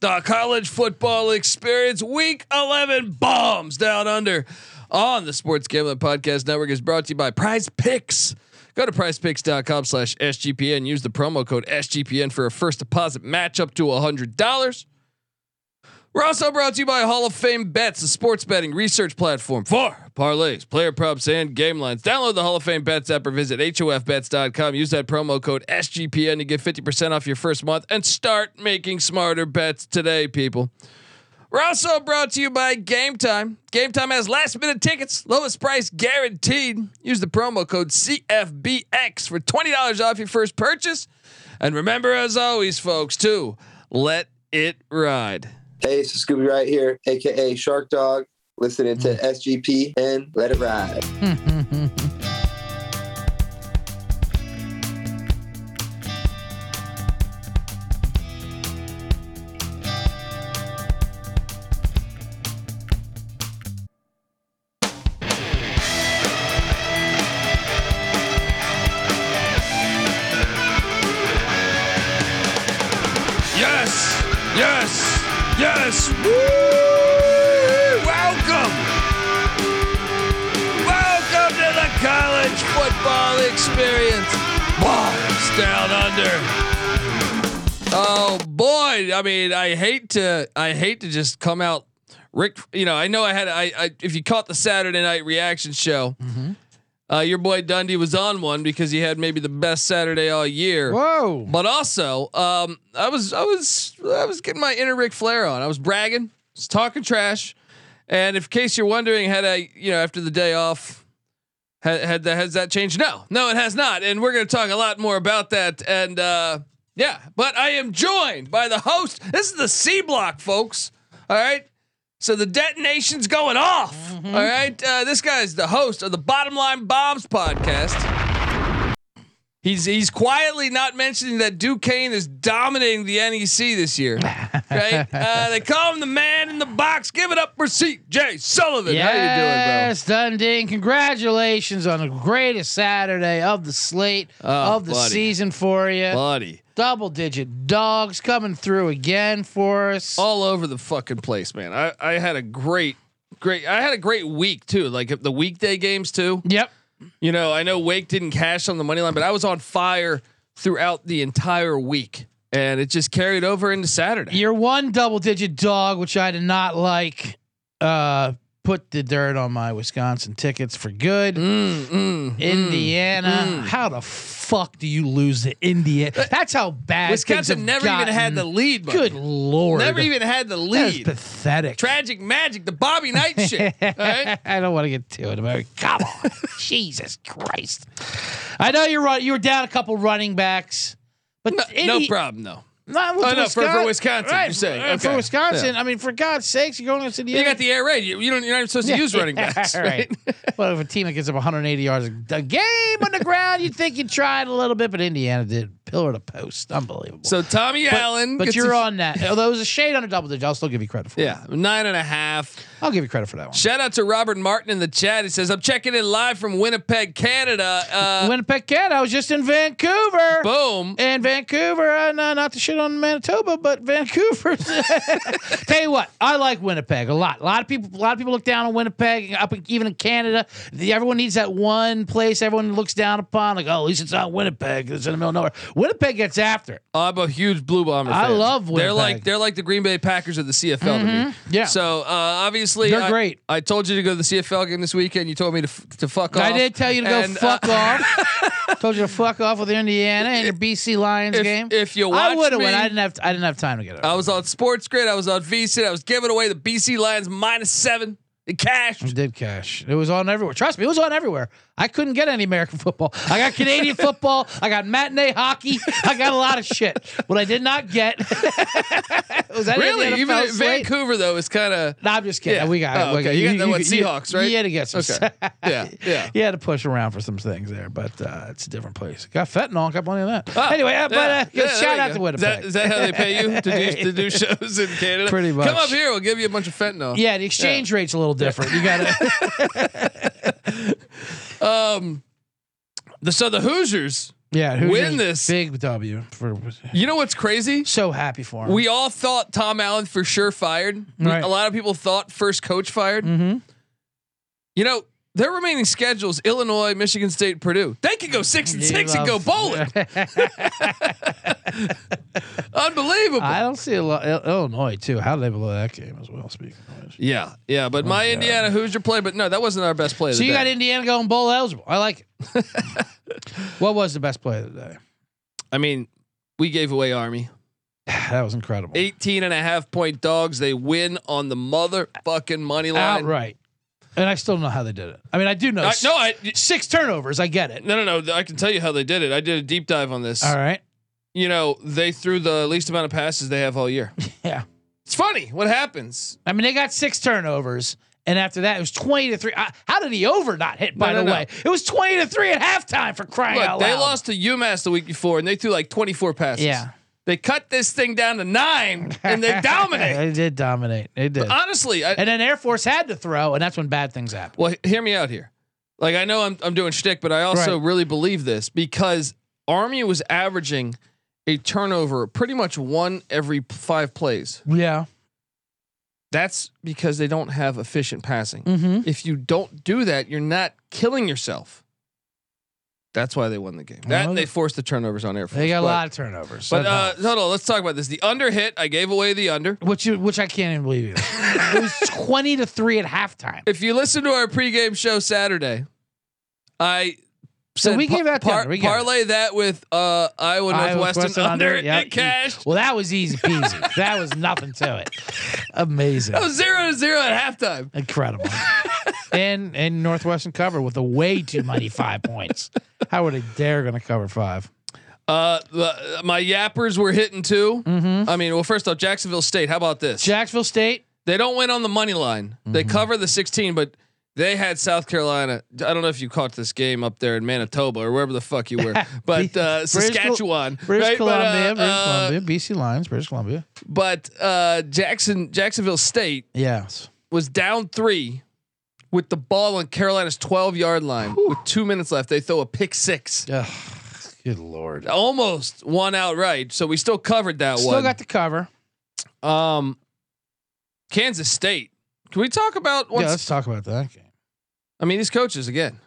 The college football experience week 11 bombs down under on the Sports Gambling Podcast Network is brought to you by Prize Picks. Go to prizepicks.com slash SGPN. Use the promo code SGPN for a first deposit match up to $100. We're also brought to you by Hall of Fame Bets, a sports betting research platform for parlays, player props, and game lines. Download the Hall of Fame Bets app or visit HOFBets.com. Use that promo code SGPN to get 50% off your first month and start making smarter bets today, people. We're also brought to you by Game Time. Game Time has last minute tickets, lowest price guaranteed. Use the promo code CFBX for $20 off your first purchase. And remember, as always, folks, to let it ride. Hey, it's Scooby right here, aka Shark Dog, listening to SGP and Let It Ride. Yes, yes, yes. Woo! Welcome. Welcome to the college football experience. Bombs down under. Oh boy, I mean, I hate to I hate to just come out Rick, you know, I know I had I, I if you caught the Saturday night reaction show, uh, your boy Dundee was on one because he had maybe the best Saturday all year. Whoa. But also, um, I was I was I was getting my inner Ric Flair on. I was bragging, was talking trash, and if in case you're wondering, had I you know after the day off, had had that has that changed? No, no, it has not, and we're gonna talk a lot more about that. And uh, yeah, but I am joined by the host. This is the C Block, folks. All right. So the detonation's going off. All right. Uh, this guy's the host of the Bottom Line Bombs podcast. He's he's quietly not mentioning that Duquesne is dominating the NEC this year. Right? Uh, they call him the man in the box. Give it up for CJ Sullivan. Yes, Dundee. Congratulations on the greatest Saturday of the slate Oh, of the buddy. season for you. How you doing, bro? Buddy. Double digit dogs coming through again for us. All over the fucking place, man. I, I had a great great I had a great week too. Like the weekday games too. Yep. You know, I know Wake didn't cash on the money line, but I was on fire throughout the entire week. And it just carried over into Saturday. Your one double digit dog, which I did not like, uh, put the dirt on my Wisconsin tickets for good. Mm, mm, mm. Indiana. mm. How the fuck do you lose to Indiana? That's how bad Uh, Wisconsin never even had the lead. buddy. Good lord. Never even had the That is lead. pathetic. Tragic magic, the Bobby Knight shit. All right? I don't want to get to it, America. Come on, Jesus Christ! I know you're right. You were down a couple running backs, but No, any- no problem, though. Not with Oh, no, for- for Wisconsin. Wisconsin, you're saying. right, For Okay. Wisconsin, I mean, for God's sakes, you're going against Indiana. You got the air raid. You, you don't. You're not even supposed to use running backs, Yeah, right? well, if a team that gets up 180 yards a a game on the ground, you'd think you tried a little bit, but Indiana did pillar to post. Unbelievable. So Tommy Allen, but gets you're a- on that. Although it was a shade on a double digit, I'll still give you credit for Yeah, that. nine and a half. I'll give you credit for that one. Shout out to Robert Martin in the chat. He says, "I'm checking in live from Winnipeg, Canada." Uh, Winnipeg, Canada. I was just in Vancouver. boom. And Vancouver, uh, no, not to shit on Manitoba, but Vancouver. Tell you what, I like Winnipeg a lot. A lot of people, a lot of people look down on Winnipeg, up in, even in Canada. The, everyone needs that one place everyone looks down upon. Like, oh, at least it's not Winnipeg. It's in the middle of nowhere. Winnipeg gets after. it. Oh, I'm a huge Blue Bomber. I fan. love They're Winnipeg. Mm-hmm. like they're like the Green Bay Packers of the CFL to me. Yeah. So uh, obviously They're I- great. I told you to go to the CFL game this weekend. You told me to f- to fuck off. I did tell you to go And, uh, fuck off. Told you to fuck off with Indiana and your BC Lions If- game. if you I watch would have went. me- I didn't have. I didn't have time to get it. I was on Sports Grid. I was on VC. I was giving away the BC Lions minus seven. It It cashed. did cash. It was on everywhere. Trust me, it was on everywhere. I couldn't get any American football. I got Canadian football. I got matinee hockey. I got a lot of shit. What I did not get was that Really? NFL Even at slate? Vancouver though is kind of No, I'm just kidding. Yeah. We got. Oh, we okay. You got the, what, you- Seahawks, right? You had to get some. Okay. yeah yeah. You had to push around for some things there, but uh, it's a different place. Got fentanyl. Got plenty of that. Oh, anyway, uh, but yeah, uh, yeah, there shout you out go. to Is Winnipeg. that, is that how they pay you to do, to do shows in Canada? Pretty much. Come up here. We'll give you a bunch of fentanyl. yeah, the exchange rate's a little different. You gotta. Um, the so the Hoosiers Yeah, Hoosiers Win this. big W. For, You know what's crazy? so happy for him. We all thought Tom Allen for sure fired. We- Right. A lot of people thought first coach fired. mm-hmm. You know, their remaining schedules Illinois, Michigan State, Purdue. They could go six and six and go bowling. Unbelievable. I don't see a lot. Il- Illinois too. How they below that game as well? Speaking of which. yeah, yeah, but my yeah. Indiana Hoosier play, but no, that wasn't our best play. of So the you day. got Indiana going bowl eligible. I like it. what was the best play of the day? I mean, we gave away Army. That was incredible. 18 and a half point dogs. They win on the motherfucking money line. Outright. And I still don't know how they did it. I mean, I do know I, s- no, I six turnovers. I get it. no no no. I can tell you how they did it. I did a deep dive on this. All right. You know, they threw the least amount of passes they have all year. Yeah. It's funny what happens. I mean, they got six turnovers. And after that, it was 20 to 3. I, how did the over not hit, by No, no, the no. way? It was 20 to 3 at halftime for crying Look, out they loud. lost to UMass the week before, and they threw like 24 passes. Yeah. They cut this thing down to nine, and they dominate. they did dominate. They did. Honestly, I, and then Air Force had to throw, and that's when bad things happen. well, hear me out here. Like I know I'm I'm doing shtick, but I also Right. really believe this because Army was averaging a turnover pretty much one every p- five plays. Yeah. That's because they don't have efficient passing. Mm-hmm. If you don't do that, you're not killing yourself. That's why they won the game. That Well, and they forced the turnovers on Air Force. Oh. They got a but- lot of turnovers. But That uh, helps. hold on, let's talk about this. The under hit, I gave away the under. which you, which I can't even believe either. it was 20 to 3 at halftime. If you listen to our pregame show Saturday, I So said we pa- gave out the par- under. We got it. parlay that with uh, Iowa Iowa Northwestern Northwestern under, under, It yep. cashed. Well, that was easy peasy. that was nothing to it. Amazing. That was zero to zero at halftime. Incredible. and and Northwestern covered with a way too many five points. How are they dare going to cover five? Uh, the, my yappers were hitting too. Mm-hmm. I mean, well, first off, Jacksonville State. How about this? Jacksonville State. they don't win on the money line. They Mhm. cover the 16, but they had South Carolina. I don't know if you caught this game up there in Manitoba or wherever the fuck you were, but uh, Col- Saskatchewan, British right? But, uh, Columbia, British uh, Columbia, BC Lions, British Columbia. But uh, Jackson, Jacksonville State Yes. was down three with the ball on Carolina's 12 yard line with two minutes left. They throw a pick six, Ugh, good lord. almost one outright. So we still covered that Still one. got the cover. um, Kansas State. Can we talk about once? yeah, let's talk about that game. I mean, these coaches again.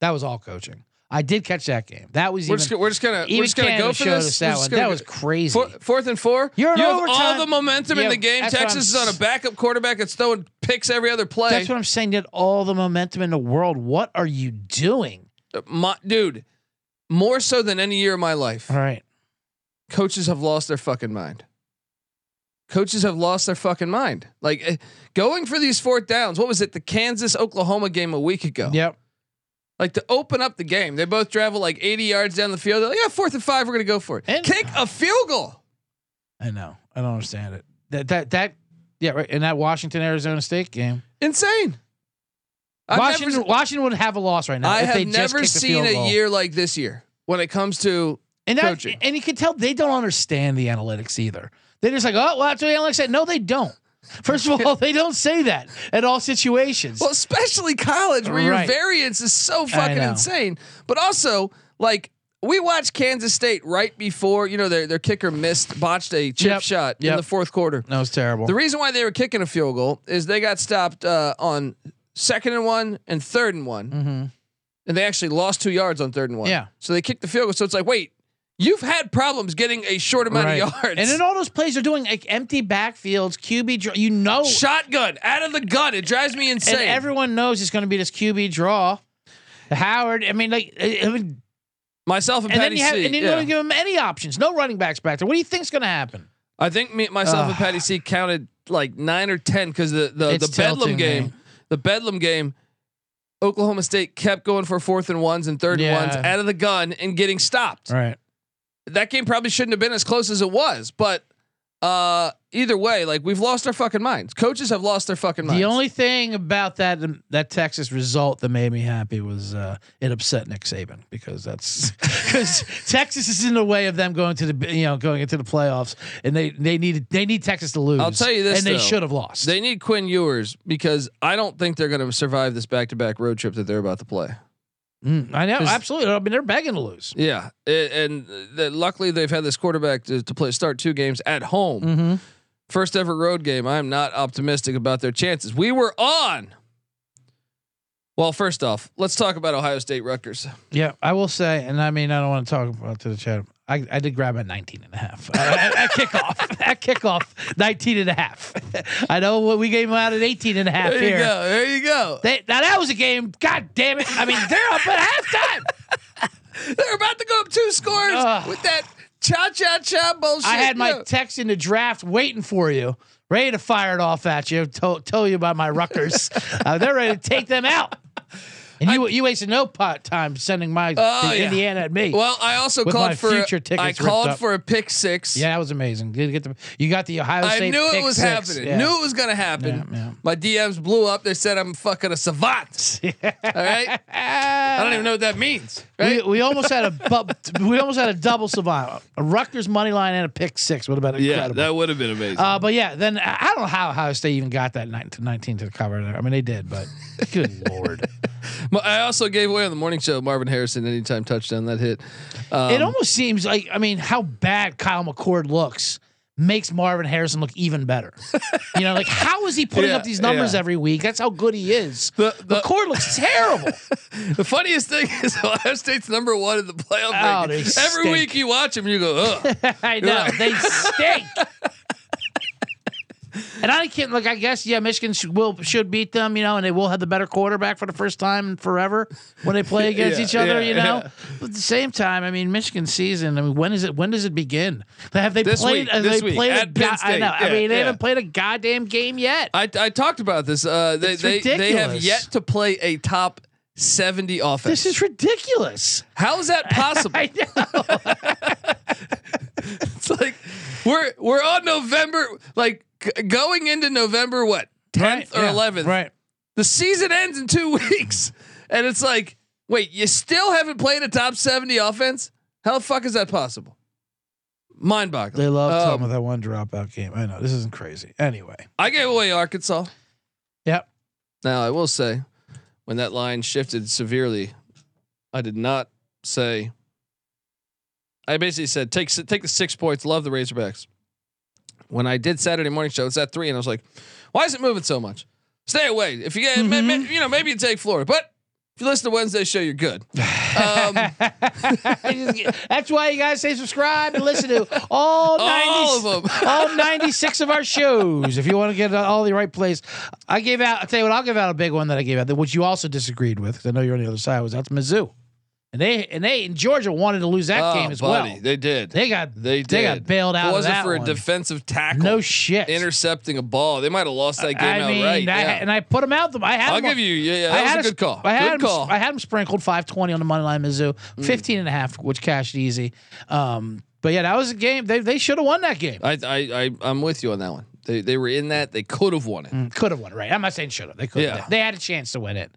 That was all coaching. I did catch that game. That was We're even. just, we're just gonna we're even just gonna Canada go for showed this. us We're that just one. gonna That go- was crazy. Four, fourth and four. You're in you have all overtime. the momentum in Yeah, the game. that's what Texas is I'm on a s- backup quarterback that's throwing picks every other play. That's what I'm saying. Did all the momentum in the world. What are you doing? my dude, more so than any year of my life, All right. coaches have lost their fucking mind. Coaches have lost their fucking mind. Like eh, going for these fourth downs. What was it? The Kansas Oklahoma game a week ago. Yep. Like to open up the game, they both travel like 80 yards down the field. They're like, yeah, fourth and five, we're gonna go for it. And- Kick a field goal. I know. I don't understand it. That that that yeah, right. In that Washington Arizona State game, Insane. I've never Washington Washington would have a loss right now. I if they have just never kicked the seen field a goal. year like this year when it comes to And that, coaching. and you can tell they don't understand the analytics either. They're just like, oh, well, that's what the analytics said. No, they don't. First of all, they don't say that at all situations. well, especially college where Right. your variance is so fucking know. insane. But also, like we watched Kansas State right before you know their their kicker missed botched a chip Yep. shot in Yep. the fourth quarter. that was terrible. The reason why they were kicking a field goal is they got stopped uh, on second and one and third and one, Mhm. and they actually lost two yards on third and one. Yeah. so they kicked the field goal. So it's like, wait, you've had problems getting a short amount Right. of yards. And in all those plays, they're doing like empty backfields, QB draw. You know, shotgun out of the gun. It drives me insane. and everyone knows it's going to be this QB draw. Howard, I mean, like, uh, I I mean, myself and, and then Patty you have, C. and you yeah. don't give him any options. No running backs back there. What do you think's going to happen? I think me, myself and Ugh. Patty C counted like nine or ten because the the, It's the Bedlam tilting, game, man. the Bedlam game, Oklahoma State kept going for fourth and ones and third and ones Yeah. out of the gun and getting stopped. Right. That game probably shouldn't have been as close as it was, but uh, either way, like we've lost our fucking minds. Coaches have lost their fucking minds. The only thing about that um, that Texas result that made me happy was uh, it upset Nick Saban because that's because Texas is in the way of them going to the you know going into the playoffs and they they needed they need Texas to lose. I'll tell you this, and though. they should have lost. they need Quinn Ewers because I don't think they're going to survive this back to back road trip that they're about to play. Mm, I know, 'Cause- absolutely. I mean, they're begging to lose. Yeah, a- and that luckily they've had this quarterback to, to play start two games at home. Mm-hmm. First ever road game. I'm not optimistic about their chances. We were on. Well, first off, let's talk about Ohio State Rutgers. Yeah, I will say, and I mean, I don't want to talk about to the chat. I, I did grab at 19 and a half. At, at kickoff, at kickoff, 19 and a half. I know what we gave them out at 18 and a half There here. you go. There you go. They, now that was a game. God damn it! I mean, they're up at halftime. They're about to go up two scores Ugh. with that cha cha cha bullshit. I had my Yeah. text in the draft waiting for you, ready to fire it off at you. To- tell you about my Rutgers. Uh, they're ready to take them out. And you you wasted no pot time sending my Oh, to yeah. Indiana at me. well, I also With my called for future a, tickets I ripped called up. for a pick six. yeah, that was amazing. Did get the you got the Ohio I State. knew it pick was six. happening. Yeah. Knew it was gonna happen. Yeah, yeah. My DMs blew up. They said I'm fucking a savant. All right. I don't even know what that means. Right? We, we almost had a bu- we almost had a double survival. A Rutgers money line and a pick six would have been yeah, incredible. that would have been amazing. Uh, but yeah, then I I don't know how Ohio State even got that 19 to, 19 to the cover. I mean, they did, but good lord, Ma- I also gave away on the morning show Marvin Harrison anytime touchdown that hit. Um, it almost seems like I mean, how bad Kyle McCord looks makes Marvin Harrison look even better. you know, like how is he putting Yeah, up these numbers yeah. every week? That's how good he is. The- the- McCord looks terrible. the funniest thing is Ohio State's number one in the playoff. Oh, rankings. they Every stink. week you watch him, you go, ugh. I know they stink. And I can't like I guess yeah Michigan should, will should beat them you know and they will have the better quarterback for the first time in forever when they play against Yeah, each other yeah, you know yeah. but at the same time I mean Michigan season I mean when is it when does it begin have they This played week, have this they week, played a at Penn go- I State. know I Yeah, mean they yeah. haven't played a goddamn game yet I, I talked about this. Uh, they It's they, they have ridiculous. yet to play a top seventy offense. this is ridiculous How is that possible? I know it's like we're we're on November, like g- going into November, what tenth or eleventh? right The season ends in two weeks, and it's like, wait, you still haven't played a top seventy offense? How the fuck is that possible? Mind boggling. they love Um, talking about that one dropout game I know this isn't crazy anyway I gave away Arkansas. Yep. Now I will say, when that line shifted severely, I did not say. I basically said take s- take the six points. Love the Razorbacks. When I did Saturday morning show, it's at three, and I was like, "Why is it moving so much? Stay away. If you get, ma- ma- Mm-hmm. you know, maybe you take Florida, but if you listen to Wednesday's show, you're good." Um, I just get- that's why you guys say subscribe and listen to all 90, all of them. all 96 of our shows if you want to get all the right place. I gave out, I'll tell you what, I'll give out a big one that I gave out, that which you also disagreed with, 'cause I know you're on the other side, was that's Mizzou. And they, and they, and Georgia wanted to lose that Oh, game as well. They did. They got, They did. they got bailed out If of it wasn't that for one. a defensive tackle. no shit. intercepting a ball. They might have lost that game I mean, outright. I, yeah. and I put them out. Them, I had I'll them on- give you. Yeah, yeah that was a sp- good call. I had good him, call. Hmm. I had him sprinkled 520 on the money line Mizzou, 15 and a half, which cashed easy. Um, but yeah, that was a game. They, they should have won that game. I, I, I, I'm with you on that one. They, they were in that. They could have won it. Could have Mm, won, right? I'm not saying should have. They could have. Yeah. They had a chance to win it.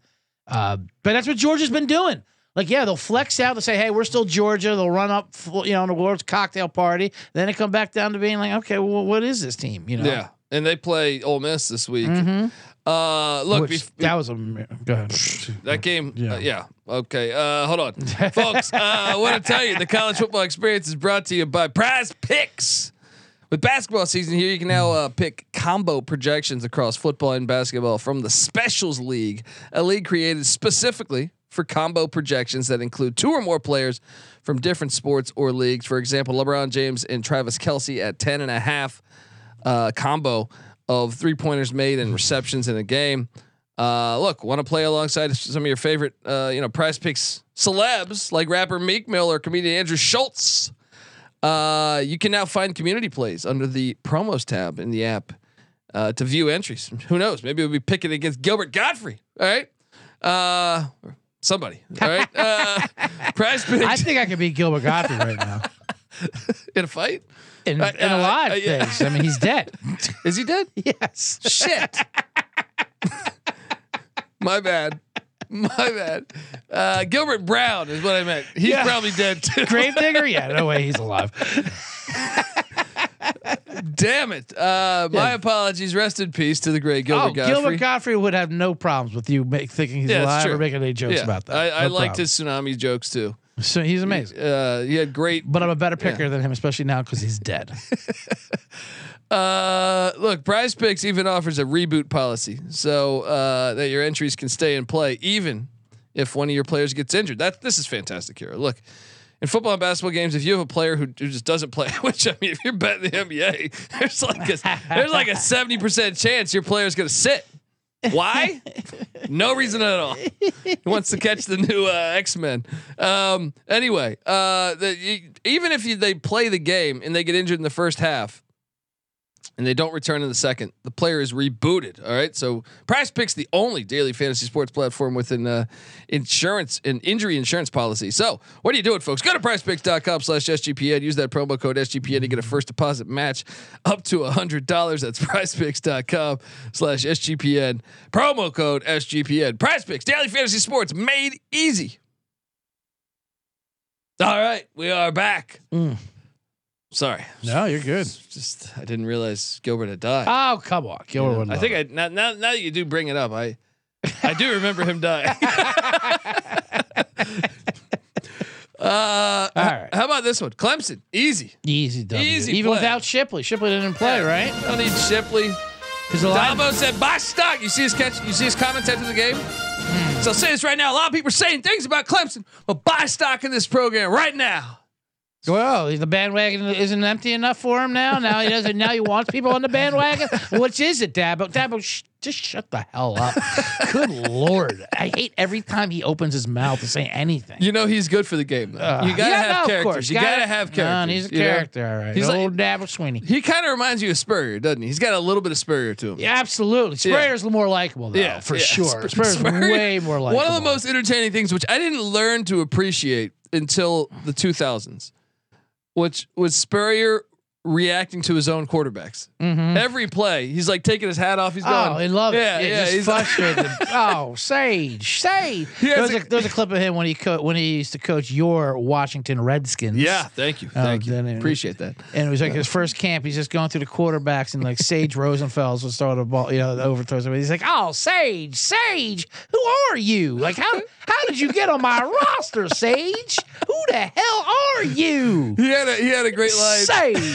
Uh, but that's what Georgia's been doing. Like, yeah, they'll flex out. They'll say, hey, we're still Georgia. They'll run up, full- you know, on the world's cocktail party. Then they come back down to being like, okay, well, what is this team? You know? Yeah, and they play Ole Miss this week. Mhm. Uh, look, Which- bef- that was a. Go ahead. that game. Yeah. Yeah. yeah. Okay. Uh, hold on, folks. Uh, I want to tell you the college football experience is brought to you by Prize Picks. With basketball season here, you can now uh, pick combo projections across football and basketball from the Specials League, a league created specifically for combo projections that include two or more players from different sports or leagues. For example, LeBron James and Travis Kelsey at 10 and a half uh, combo of three pointers made and receptions in a game. Uh, look, want to play alongside some of your favorite, uh, you know, prize picks celebs like rapper Meek Mill or comedian Andrew Schultz. Uh, you can now find community plays under the promos tab in the app uh, to view entries. Who knows? Maybe we'll be picking against Gilbert Godfrey. All right. Uh, or somebody. All right. Uh, prize I picks think I could beat Gilbert Gottfried right now. in a fight. In, Uh, in a uh, lot uh, of yeah. things. I mean, he's dead. Is he dead? Yes. Shit. My bad. My bad. Uh, Gilbert Brown is what I meant. He's Yeah. probably dead too. Gravedigger? Yeah, no way he's alive. Damn it. Uh, my Yeah. apologies. Rest in peace to the great Gilbert oh, Godfrey. Gilbert Godfrey would have no problems with you make, thinking he's Yeah, it's alive true. or making any jokes about that. I, I No liked problem. his tsunami jokes too. So he's amazing. Uh, he had great. But I'm a better picker than him, especially now because he's dead. Uh, look, Prize Picks even offers a reboot policy so uh, that your entries can stay in play even if one of your players gets injured. That this is fantastic here. Look. In football and basketball games, if you have a player who, who just doesn't play, which I mean, if you're betting the NBA, there's like a there's like a seventy percent chance your player's gonna sit. Why? no reason at all. He wants to catch the new uh, X Men. Um, anyway, uh, the, you, even if you, they play the game and they get injured in the first half, and they don't return in the second, the player is rebooted. All right. So Prize Picks the only daily fantasy sports platform with an uh, insurance and injury insurance policy. So what are you doing, folks? Go to pricepicks.com slash SGPN. Use that promo code SGPN to get a first deposit match up to hundred dollars. That's pricepicks.com slash SGPN. Promo code SGPN. Prize Picks, daily fantasy sports made easy. All right, we are back. Mm. Sorry. no, you're good. Just I didn't realize Gilbert had died. Oh, come on. Gilbert would I love think it. I now, now now that you do bring it up, I I do remember him dying. uh, All right. How about this one? Clemson, easy. Easy, w. Easy Even play. without Shipley. Shipley didn't play, right? Don't need Shipley. Because a lot Dabo said, "Buy stock." You see his catch. You see his comments after the game. Hmm. So I'll say this right now. A lot of people are saying things about Clemson, but buy stock in this program right now. well, the bandwagon isn't empty enough for him now. Now he doesn't. Now he wants people on the bandwagon. Which is it, Dabo? Dabo, sh- just shut the hell up. Good lord, I hate every time he opens his mouth to say anything. You know he's good for the game. Though. Uh, you gotta yeah, no, have of characters. course. You gotta, have characters. No, he's a you know? character, all right. He's like- old Dabble Sweeney. He kind of reminds you of Spurrier, doesn't he? He's got a little bit of Spurrier to him. Yeah, absolutely. Sprayer's more likable, though, Oh, for sure. Sp- Sprayer's Spurrier- way more likable. One of the most entertaining things, which I didn't learn to appreciate until the 2000s, which was Spurrier reacting to his own quarterbacks. Mhm. Every play, he's like taking his hat off. He's Oh, I going, love Yeah, it. Yeah, yeah, he's- just frustrated. oh, Sage, Sage. He There has was a, a- there was a clip of him when he co- when he used to coach your Washington Redskins. "Yeah, thank you, Oh, thank you, then it- appreciate that." And it was like his first camp. He's just going through the quarterbacks, and like Sage Rosenfels was throwing a ball, you know, the overthrows. him. He's like, "Oh, Sage, Sage, who are you? Like, how how did you get on my roster, Sage? Who the hell are you, He had a he had a great line. Sage?"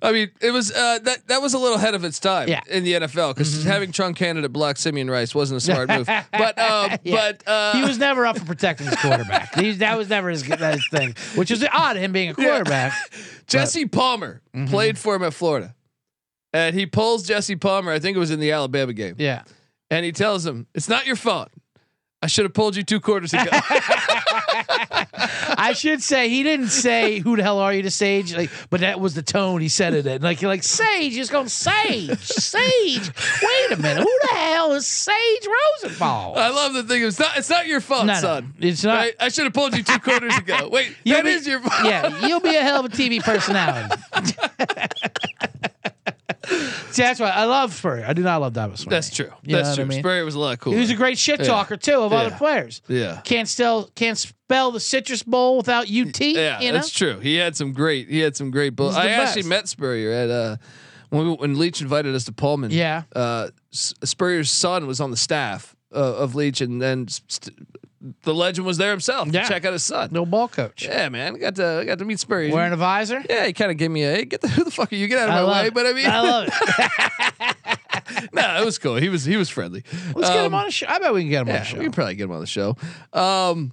I mean, it was uh, that that was a little ahead of its time Yeah. Mm-hmm. in the NFL because having Chung candidate block Simeon Rice wasn't a smart move. But uh, Yeah. but uh, He was never up for protecting his quarterback. He, that was never his, that his thing, which is odd. Him being a quarterback. Jesse Palmer Mm-hmm. played for him at Florida. And he pulls Jesse Palmer, I think it was in the Alabama game, Yeah. and he tells him, It's not your fault. I should have pulled you two quarters ago. I should say he didn't say who the hell are you to Sage, like, but that was the tone he said it in. Like you're like Sage, he's going Sage, Sage. Wait a minute, who the hell is Sage Rosenthal? I love the thing. It's not it's not your fault, No, no, son. it's not. Right? I should have pulled you two quarters ago. Wait, You'll that be- is your fault. Yeah, you'll be a hell of a TV personality. See, that's why I love Spurrier. I do not love Davis. That's true. You know That's what true. I mean? Spurrier was a lot cooler. He was a great shit Yeah. talker too of Yeah. other players. yeah. Can't spell can't spell the citrus bowl without UT. Yeah, you know? that's true. He had some great he had some great bull- He's the I best. actually met Spurrier at uh when, we, when Leach invited us to Pullman. Yeah. uh, S- Spurrier's son was on the staff uh, of Leach, and then st- the legend was there himself. to Yeah. Check out his son. No ball coach. Yeah, man, I got to I got to meet Spurrier. Wearing a visor. yeah, he kind of gave me a hey, get the who the fuck are you get out of my way. it. But I mean, I love it. no, it was cool. He was he was friendly. Let's get him Um, on a show. I bet we can get him on Yeah, a show. we can probably get him on the show. Um,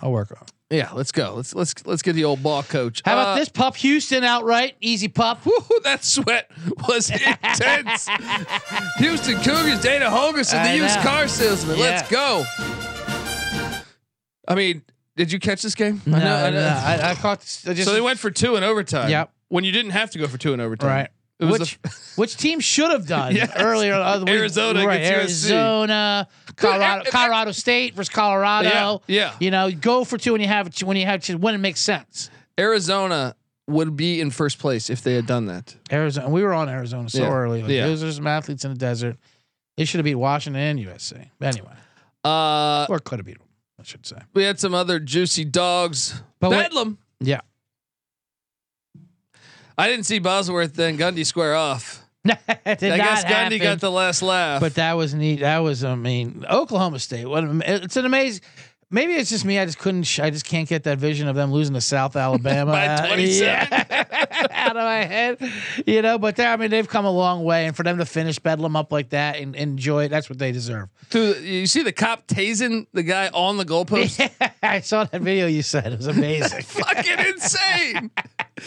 I'll work on. it. yeah, let's go. Let's let's let's get the old ball coach. How Uh, about this pup Houston outright? Easy pup. Woo, that sweat was intense. Houston Cougars, Dana Holgerson, the I used know. car salesman. Let's Yeah. go. I mean, did you catch this game? No, no, I, I caught. This, I just, so they went for two in overtime. Yep. When you didn't have to go for two in overtime. right. It was Which the- which team should have done Yes. earlier? uh, we- Arizona right? against USC. Arizona, Dude, Colorado, e- e- Colorado State versus Colorado. Yeah, yeah. You know, go for two when you have when you have when it makes sense. Arizona would be in first place if they had done that. Arizona. We were on Arizona so Yeah. early. Like, Yeah. Those are some athletes in the desert. They should have beat Washington and USC. Anyway, Uh, or could have beat them. I should say. we had some other juicy dogs. But wait- Bedlam. Yeah. I didn't see Bosworth and Gundy square off. that did I not guess Gundy happen. got the last laugh. but that was neat. That was, I mean, Oklahoma State. What? am- It's an amazing. Maybe it's just me. I just couldn't. sh- I just can't get that vision of them losing to South Alabama By Uh, 27. yeah. out of my head. You know, but they I mean, they've come a long way, and for them to finish Bedlam up like that and, and enjoy it, that's what they deserve. Through, you see the cop tasing the guy on the goalpost. I saw that video you said. It was amazing. Fucking insane.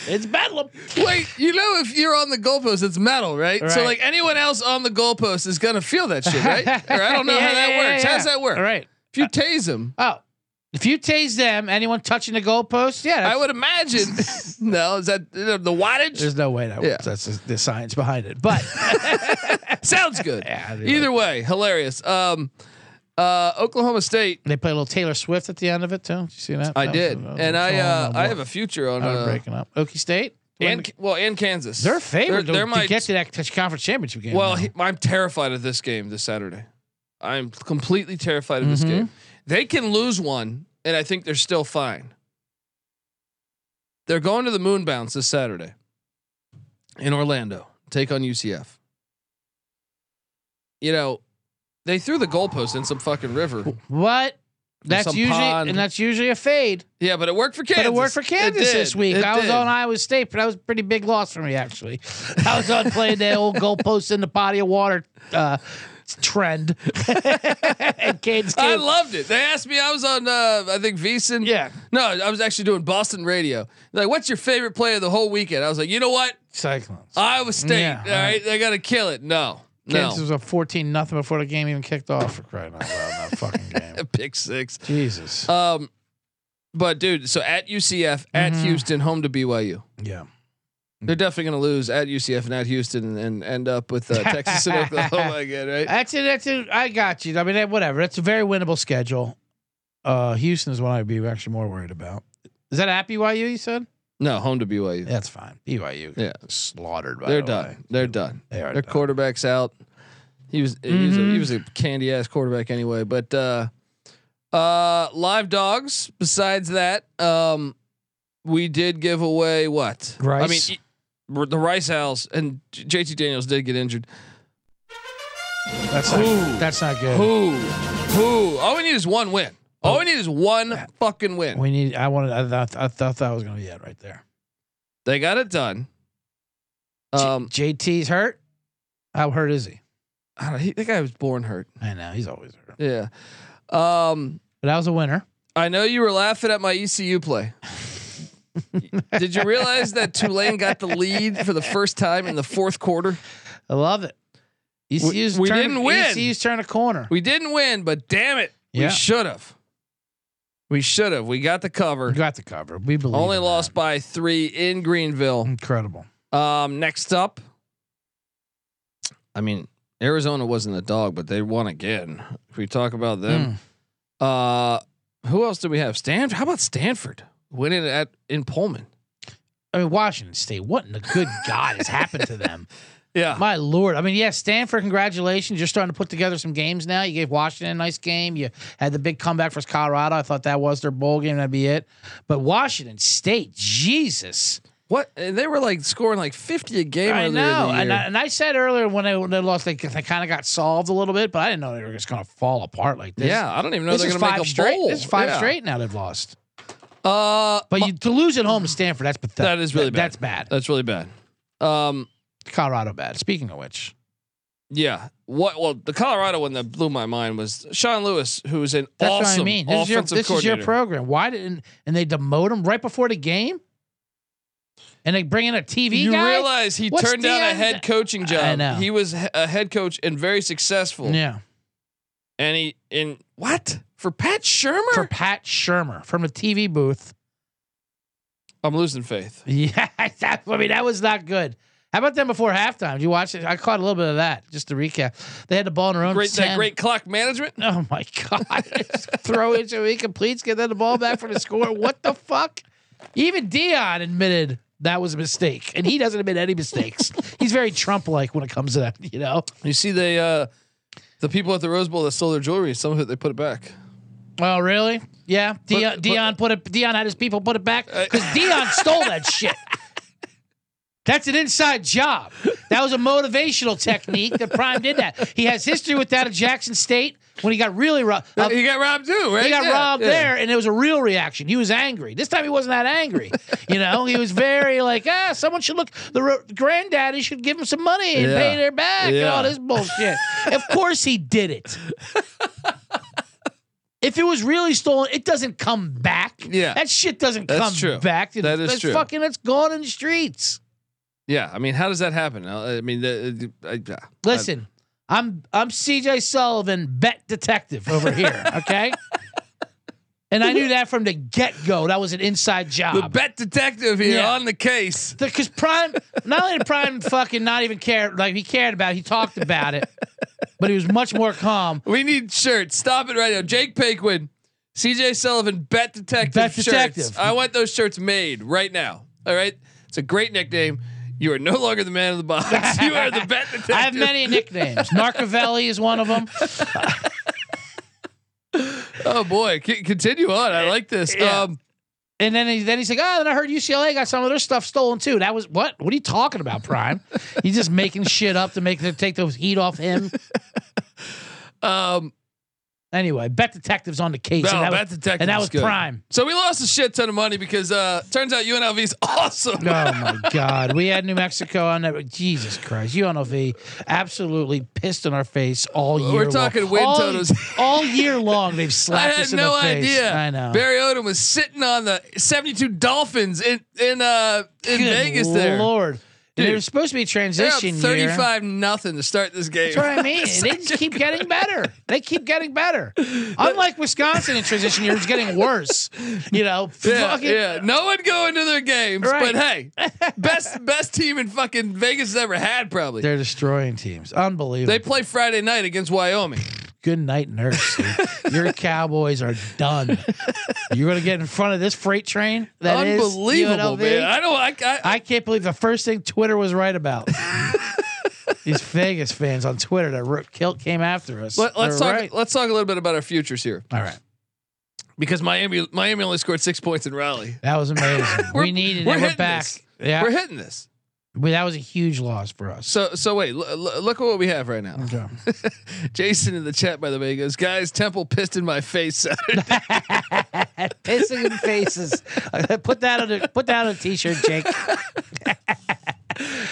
it's Bedlam. Wait, you know if you're on the goalpost, it's metal, right? So Right. like anyone else on the goalpost is gonna feel that shit, right? Or I don't know how Yeah, that yeah, works. yeah, How's yeah. that work? All right. If you tase him, Oh, if you tase them, anyone touching the goalpost, yeah, I that's- would imagine. no, is that uh, the wattage? There's no way that Yeah. works. That's the- the science behind it. But Sounds good. Yeah, I mean, Either like- way, hilarious. Um, uh, Oklahoma State. they play a little Taylor Swift at the end of it too. Did you see that? I That was- did, that was and I all uh, on the I board. have a future on Now they're uh, breaking up. Okie State. When- and well and Kansas. they're favored They're, to, they're to my get to that t- conference championship game. Well, now. he, I'm terrified of this game this Saturday. I'm completely terrified of this Mhm. game. They can lose one, and I think they're still fine. They're going to the moon bounce this Saturday in Orlando. Take on UCF. You know, they threw the goalpost in some fucking river. what? That's some usually pond. and that's usually a fade. Yeah, but it worked for Kansas. But it worked for Kansas did. this week. It I was did. on Iowa State, but that was a pretty big loss for me actually. I was on playing the old goalpost in the body of water uh, trend. and Cade's I came. loved it. They asked me. I was on, uh, I think Veasan. Yeah. No, I was actually doing Boston radio. They're like, what's your favorite play of the whole weekend? I was like, you know what? Cyclones. Iowa State. Yeah, all right. they gotta kill it. No, Kansas no. was up 14 nothing before the game even kicked off for crying out loud in that fucking game. Pick six. Jesus. Um, but dude, so at UCF, at Mhm. Houston, home to BYU. yeah. They're definitely gonna lose at UCF and at Houston and, and end up with uh, Texas and Oklahoma again, right? That's it. That's it. I got you. I mean, eh, whatever. That's a very winnable schedule. Uh, Houston is what I'd be actually more worried about. Is that at BYU, you said? No, home to BYU. That's fine. BYU. Yeah. Slaughtered by They're the way. done. They're done. They are Their done. quarterback's out. He was he was a, he Mhm. was a candy ass quarterback anyway. But uh, uh, live dogs. Besides that, um, we did give away what? I mean, Rice. e- r- the Rice House and J- JT Daniels did get injured. That's not, Who? that's not good. Who? Who? All we need is one win. All we need is one fucking win. We need. I wanted. I thought. I thought that was going to be it right there. They got it done. Um, Um, JT's hurt. How hurt is he? I don't know, he, the guy was born hurt. I know he's always hurt. Yeah. Um, But that was a winner. I know you were laughing at my ECU play. Did you realize that Tulane got the lead for the first time in the fourth quarter? I love it. ECU's we turn- didn't win. ECU's turn a corner. We didn't win, but damn it, Yeah. we should have. We should have. We got the We cover. got the cover. We believe. Only in lost that. by three in Greenville. Incredible. Um, next up, I mean, Arizona wasn't a dog, but they won again. If we talk about Hmm. them, uh, who else do we have? Stanford. How about Stanford winning at in Pullman? I mean, Washington State. What in the good God has happened to them? Yeah, My lord. I mean, yeah, Stanford. Congratulations. You're starting to put together some games now. You gave Washington a nice game. You had the big comeback for Colorado. I thought that was their bowl game. That'd be it. But Washington State. Jesus. what? And they were like scoring like fifty a game. I earlier in the know. year. And I, and I said earlier when they, when they lost, they, they kind of got solved a little bit, but I didn't know they were just going to fall apart like this. yeah, I don't even know This they're is going to five make a straight. bowl. This is five Yeah. straight now they've lost. Uh, But you, to lose at home to Stanford, that's pathetic. That is really bad. That's bad. that's really bad. Um, Colorado bad. Speaking of which, yeah. What? Well, the Colorado one that blew my mind was Sean Lewis, who was an that's awesome what I mean. This, is your, offensive this is coordinator. your program. Why didn't and they demote him right before the game? And they bring in a TV you guy. realize he What's turned down a Dan- head coaching job. I know. He was he- a head coach and very successful. yeah, And he in what for Pat Shermer? for Pat Shermer from the TV booth. I'm losing faith. Yeah, that, I mean that was not good. How about them before halftime? Did you watch it? I caught a little bit of that. Just to recap, they had the ball in their own Great 10. that great clock management. Oh my god! Just Throw it so he completes, get that ball back for the score. What the fuck? Even Dion admitted that was a mistake, and he doesn't admit any mistakes. He's very Trump-like when it comes to that. You know? You see the uh, the people at the Rose Bowl that stole their jewelry. Some of it they put it back. Oh, really? Yeah. Dion, but- Dion put it. Dion had his people put it back because Dion stole that shit. That's an inside job. That was a motivational technique that Prime did that. He has history with that at Jackson State when he got really robbed. Uh, you got robbed too, right? he got Yeah, robbed yeah. there, and it was a real reaction. He was angry. This time he wasn't that angry. You know, he was very like, ah, someone should look. The ro- granddaddy should give him some money and Yeah. pay their back and Yeah. all this bullshit. of course he did it. If it was really stolen, it doesn't come back. Yeah. that shit doesn't That's come true. back. That is That's true. Fucking, it's gone in the streets. Yeah, I mean, how does that happen? I I mean, the, the- I, yeah. Listen, I'm I'm CJ Sullivan, bet detective over here. Okay. And I knew that from the get go. That was an inside the job. bet detective here Yeah. on the case. Because Prime, not only did Prime fucking not even care, like he cared about it, he talked about it, but he was much more calm. We need shirts. Stop it right now. Jake Paquin, CJ Sullivan, Bet Detective Bet shirts. Detective. I want those shirts made right now. All right. It's a great nickname. You are no longer the man of the box. you are the Bet Detective. I have many nicknames. Narcovelli is one of them. Oh boy, C- continue on. I like this. Yeah. Um, And then he, then he's like, oh, then I heard UCLA got some of their stuff stolen too. That was what? What are you talking about, Prime? He's just making shit up to make to take the heat off him. um, Anyway, bet detectives on the case. no, and that was- Bet Detective. and that is was good. prime. So we lost a shit ton of money because uh, turns out UNLV is awesome. Oh my God, we had New Mexico on that. Jesus Christ, UNLV absolutely pissed in our face all year. We're talking long. win all, totals. all year long. They've I slapped had us in no the face. idea. I know. Barry Odom was sitting on the 72 Dolphins in in uh in Good Vegas there. Lord, And it Dude. was supposed to be a They're up transition year. thirty-five nothing to start this game. That's what I mean. They just keep getting better. They keep getting better. Unlike Wisconsin in transition year, it's getting worse. You know, Yeah, fucking- yeah. No one going to their games, Right. but hey, best best team in fucking Vegas has ever had. Probably they're destroying teams. Unbelievable. they play Friday night against Wyoming. good night, nurse. dude. Your Cowboys are done. You're gonna get in front of this freight train. That is Unbelievable, UNLV? man. I don't. I, I, I can't believe the first thing Twitter was right about. These Vegas fans on Twitter that wrote, kilt came after us. let, us They're talk. right. Let's talk a little bit about our futures here, All right, because Miami Miami only scored six points in Raleigh. that was amazing. We're- we needed we're it. We're hitting back. this. Yeah, We're hitting this. We- that was a huge loss for us. So so wait. l- l- look at what we have right now. Okay. Jason in the chat by the way goes, guys. Temple pissed in my face. Saturday." Pissing in faces. put that on a put that on a t-shirt, Jake. I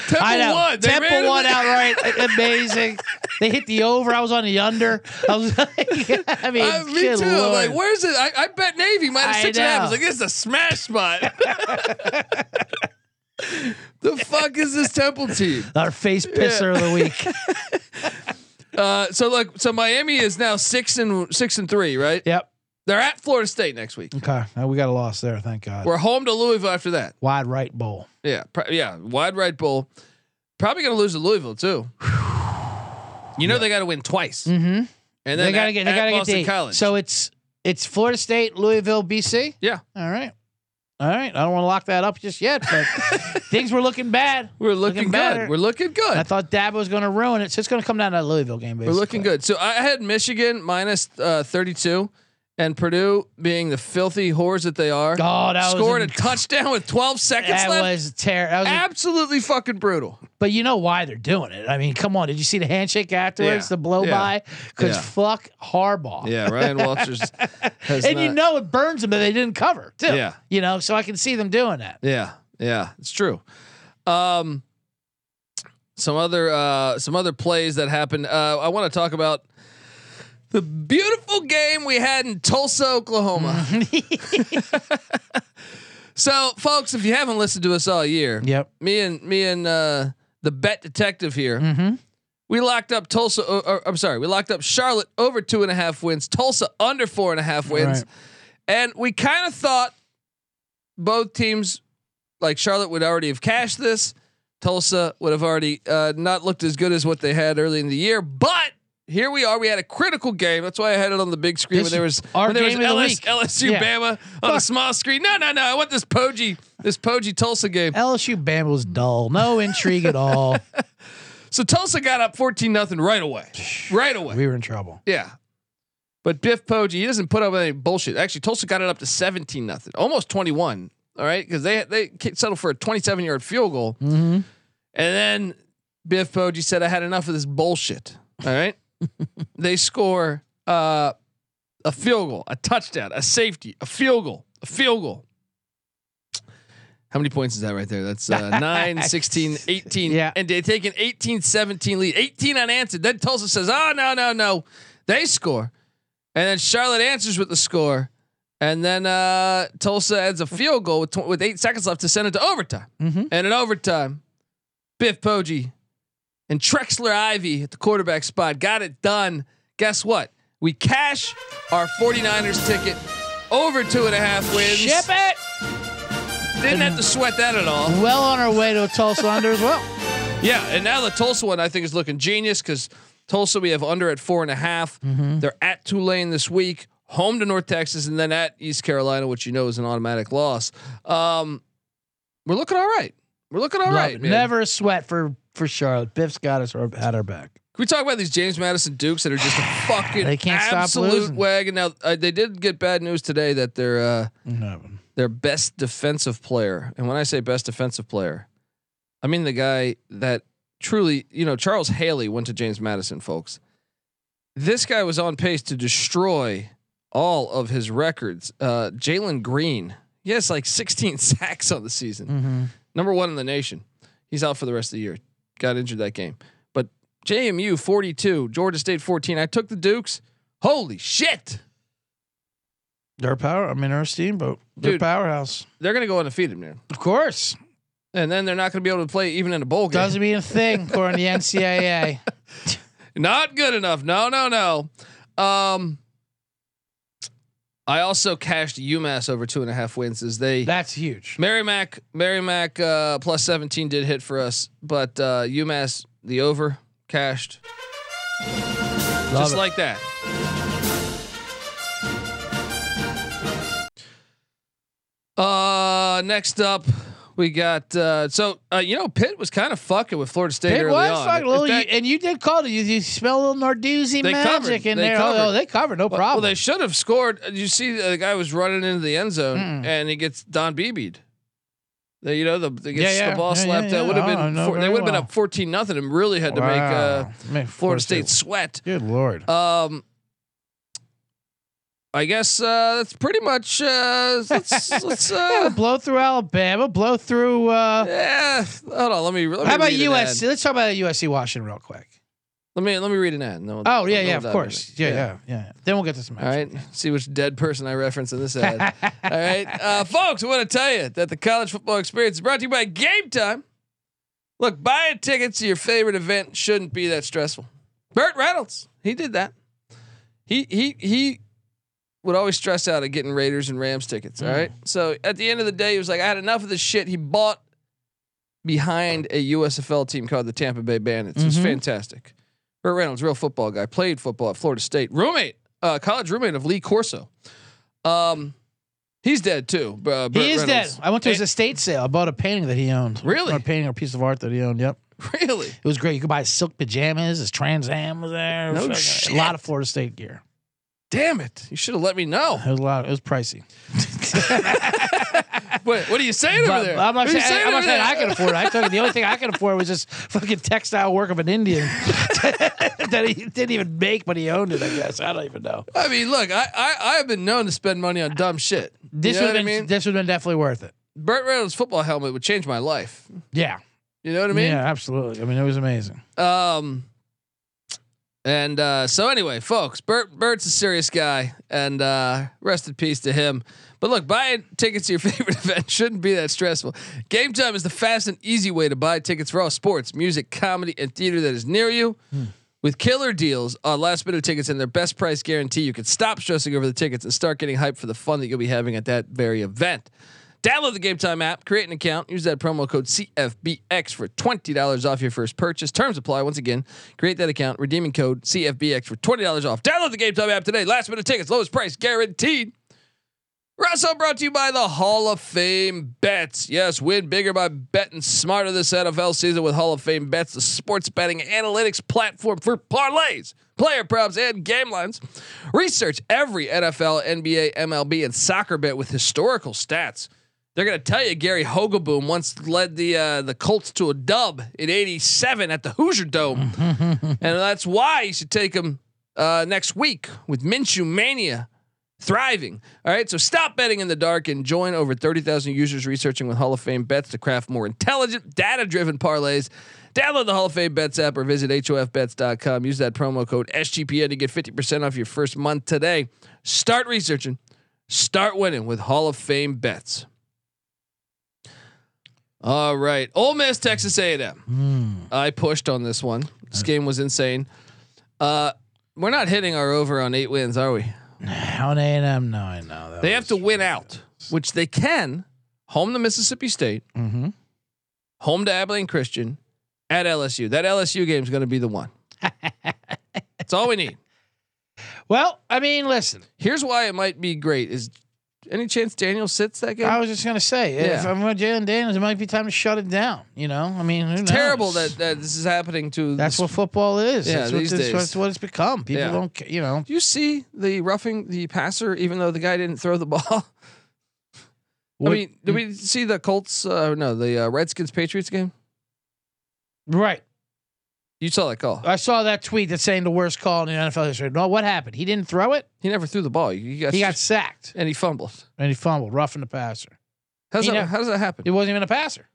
Temple know. won. They ran Temple them won down. outright. Amazing. They hit the over. I was on the under. I was like, I mean, Uh, me good too. I'm Lord. like, where's it? I, I bet Navy minus I six and a half. I was know. like, this is a smash spot. the fuck is this Temple team? Our face pisser of the week. Uh, so look, so Miami is now six and six and three, right? Yep. They're at Florida State next week. Okay. Now we got a loss there. Thank God. We're home to Louisville after that. Wide right bowl. Yeah, pro- yeah, wide right bowl. Probably gonna lose to Louisville too. You know they got to win twice, Mm-hmm. and then They gotta at- get. They at gotta get Boston deep. College. So it's it's Florida State, Louisville, BC. Yeah. All right. All right. I don't want to lock that up just yet, but things were looking bad. we're looking, looking good. better. We're looking good. I thought Dabo was going to ruin it, so it's going to come down to that Louisville game. Basically. We're looking good. So I had Michigan minus, uh, 32 and Purdue being the filthy whores that they are. God, Oh, that scored was a touchdown with 12 seconds that left. was ter- that was a Absolutely fucking brutal. But you know why they're doing it. I mean, come on. Did you see the handshake afterwards, Yeah. the blow Yeah. by? Because Yeah. fuck Harbaugh. Yeah, Ryan Walters has and not, you know it burns them that they didn't cover, too. Yeah. You know, so I can see them doing that. Yeah, yeah, it's true. Um, some other uh, some other plays that happened. Uh, I want to talk about the beautiful game we had in Tulsa, Mm-hmm. Oklahoma. so, folks, if you haven't listened to us all year, Yep. me and me and uh, the bet detective here. Mm-hmm. We locked up Tulsa. Or, or, I'm sorry, we locked up Charlotte over two and a half wins. Tulsa under four and a half wins, Right. and we kind of thought both teams, like Charlotte, would already have cashed this. Tulsa would have already uh, not looked as good as what they had early in the year, but. Here we are. We had a critical game. That's why I had it on the big screen when This there was our when there game was of the LS, week. LSU Yeah. Bama on the small screen. No, no, no. I want this Poji this Poji Tulsa game. LSU Bama was dull. No intrigue at all. So Tulsa got up fourteen nothing right away, right away. We were in trouble. Yeah. But Biff Poggi, he doesn't put up any bullshit. Actually, Tulsa got it up to 17 nothing, almost 21 All right, because they they settled for a 27 yard field goal, Mm-hmm. and then Biff Poggi said, "I had enough of this bullshit." All right, they score uh, a field goal, a touchdown, a safety, a field goal, a field goal. How many points is that right there? That's uh, 9, 16, 18. Yeah. And they take an 18 17 lead, 18 unanswered. Then Tulsa says, oh, no, no, no. They score. And then Charlotte answers with the score. And then uh, Tulsa adds a field goal with, tw- with eight seconds left to send it to overtime. Mhm. And in overtime, Biff Poggi and Trexler Ivy at the quarterback spot got it done. Guess what? We cash our 49ers ticket over two and a half wins. Ship it. Didn't have to sweat that at all. Well on our way to a Tulsa under as well. Yeah, and now the Tulsa one I think is looking genius because Tulsa we have under at four and a half. They're at Tulane this week, home to North Texas, and then at East Carolina, which you know is an automatic loss. Um, we're looking all right. We're looking all Love right. it. man. Never a sweat for for Charlotte. Biff's got us at our back. Can we talk about these James Madison Dukes that are just a fucking They can't stop absolute losing. wagon? Now uh, they did get bad news today that their uh, their best defensive player, and when I say best defensive player, I mean the guy that truly, you know, Charles Haley went to James Madison, folks. This guy was on pace to destroy all of his records. Uh, Jalen Green, he has like 16 sacks on the season Mm-hmm. number one in the nation. He's out for the rest of the year. Got injured that game. But JMU 42, Georgia State 14. I took the Dukes. Holy shit. Their power. I mean, our steamboat. Their Dude. powerhouse. They're going to go undefeated, man. Of course. And then they're not going to be able to play even in a bowl game. Doesn't mean a thing according to the NCAA. Not good enough. No, no, no. Um, I also cashed UMass over two and a half wins as they. That's huge. Merrimack, Merrimack uh, plus 17 did hit for us, but uh, UMass, the over, cashed. Love just it. like that. Uh, next up, we got uh, so uh, you know Pitt was kind of fucking with Florida State It early was on. like a In little, fact, and you did call it. You, you smell a little Narduzzi They magic covered. in They there. covered. Oh, they covered, no well, problem. well, they should have scored. Uh, You see, the guy was running into the end zone, Mm. and he gets Don Beebe'd. They, you know, the, they gets Yeah, yeah. the ball Yeah, yeah, slapped. yeah. That would have Oh, I been know four, they very would have been well. up fourteen nothing, and really had to make uh, Wow. Make Florida State sweat. Good lord. Um, I guess uh, that's pretty much. Uh, let's let's. Yeah, Uh, blow through Alabama. Blow through. Uh, yeah, hold on. Let me. Let me how about read an USC? ad. Let's talk about USC Washington real quick. Let me let me read an ad. No, Oh yeah, no, yeah, that of course. minute. Yeah, yeah, yeah. Then we'll get to some. All right. See which dead person I reference in this ad. All right, uh, folks. I want to tell you that the college football experience is brought to you by Game Time. Look, buying tickets to your favorite event shouldn't be that stressful. Burt Reynolds, he did that. He he he would always stress out at getting Raiders and Rams tickets. All right. So at the end of the day, he was like, I had enough of this shit. He bought behind a USFL team called the Tampa Bay Bandits. It was Mhm. fantastic. Burt Reynolds, real football guy, played football at Florida State. Roommate, uh, college roommate of Lee Corso. Um, he's dead too. Uh, Burt He is dead. Reynolds. I went to his And- estate sale. I bought a painting that he owned. Really? Or a painting or a piece of art that he owned. Yep. really. It was great. You could buy his silk pajamas. His Trans Am was there. No Fucking- shit. A lot of Florida State gear. Damn it! You should have let me know. It was a lot. It was pricey. What What are you saying over But there? I'm What not are you saying, I'm not over saying there? I could afford it. I took it. The only thing I could afford was this fucking textile work of an Indian that he didn't even make, but he owned it. I guess I don't even know. I mean, look, I, I I've been known to spend money on dumb shit. This you know would what I have been mean? this would have been definitely worth it. Burt Reynolds' football helmet would change my life. Yeah. You know what I mean? yeah, absolutely. I mean, it was amazing. Um, and uh, so anyway, folks, Bert Bert's a serious guy, and uh, rest in peace to him. But look, buying tickets to your favorite event shouldn't be that stressful. Game time is the fast and easy way to buy tickets for all sports, music, comedy, and theater that is near you. With killer deals on last minute tickets and their best price guarantee, you can stop stressing over the tickets and start getting hyped for the fun that you'll be having at that very event. Download the Game Time app, create an account, use that promo code CFBX for $20 off your first purchase. Terms apply. Once again, create that account, redeeming code CFBX for $20 off. Download the Game Time app today. Last minute tickets, lowest price guaranteed. We're also brought to you by the Hall of Fame bets. Yes, win bigger by betting smarter this NFL season with Hall of Fame bets, the sports betting analytics platform for parlays, player props, and game lines. Research every NFL, NBA, MLB, and soccer bet with historical stats They're gonna tell you Gary Hogaboom once led the uh, the Colts to a dub in '87 at the Hoosier Dome, and that's why you should take them uh, next week with Minshew Mania thriving. All right, so stop betting in the dark and join over 30,000 users researching with Hall of Fame bets to craft more intelligent, data driven parlays. Download the Hall of Fame bets app or visit HOFBets.com. Use that promo code SGPN to get 50% off your first month today. Start researching, start winning with Hall of Fame bets. All right, Ole Miss, Texas A&M. Hmm. I pushed on this one. This game was insane. Uh, we're not hitting our over on eight wins, are we? On A&M, no, I know. That They have to win out, which they can. Home to Mississippi State, Mm-hmm. home to Abilene Christian, at LSU. That LSU game is going to be the one. That's all we need. Well, I mean, listen, Here's why it might be great: is any chance Daniel sits that game? I was just gonna say, if Yeah. I'm with Jalen Daniels, it might be time to shut it down. You know, I mean, who knows? Terrible that, that this is happening to. that's the- what football is. Yeah, that's what these this- days. That's what it's become. People Yeah. don't, ca- you know. Do you see the roughing the passer, even though the guy didn't throw the ball? I What- mean, did we see the Colts? Uh, no, the uh, Redskins Patriots game. right. You saw that call. I saw that tweet that's saying the worst call in the NFL history. No, what happened? He didn't throw it. He never threw the ball. He got, He got sacked and he fumbled. and he fumbled, roughing the passer. How's He that, never- how does that happen? It wasn't even a passer.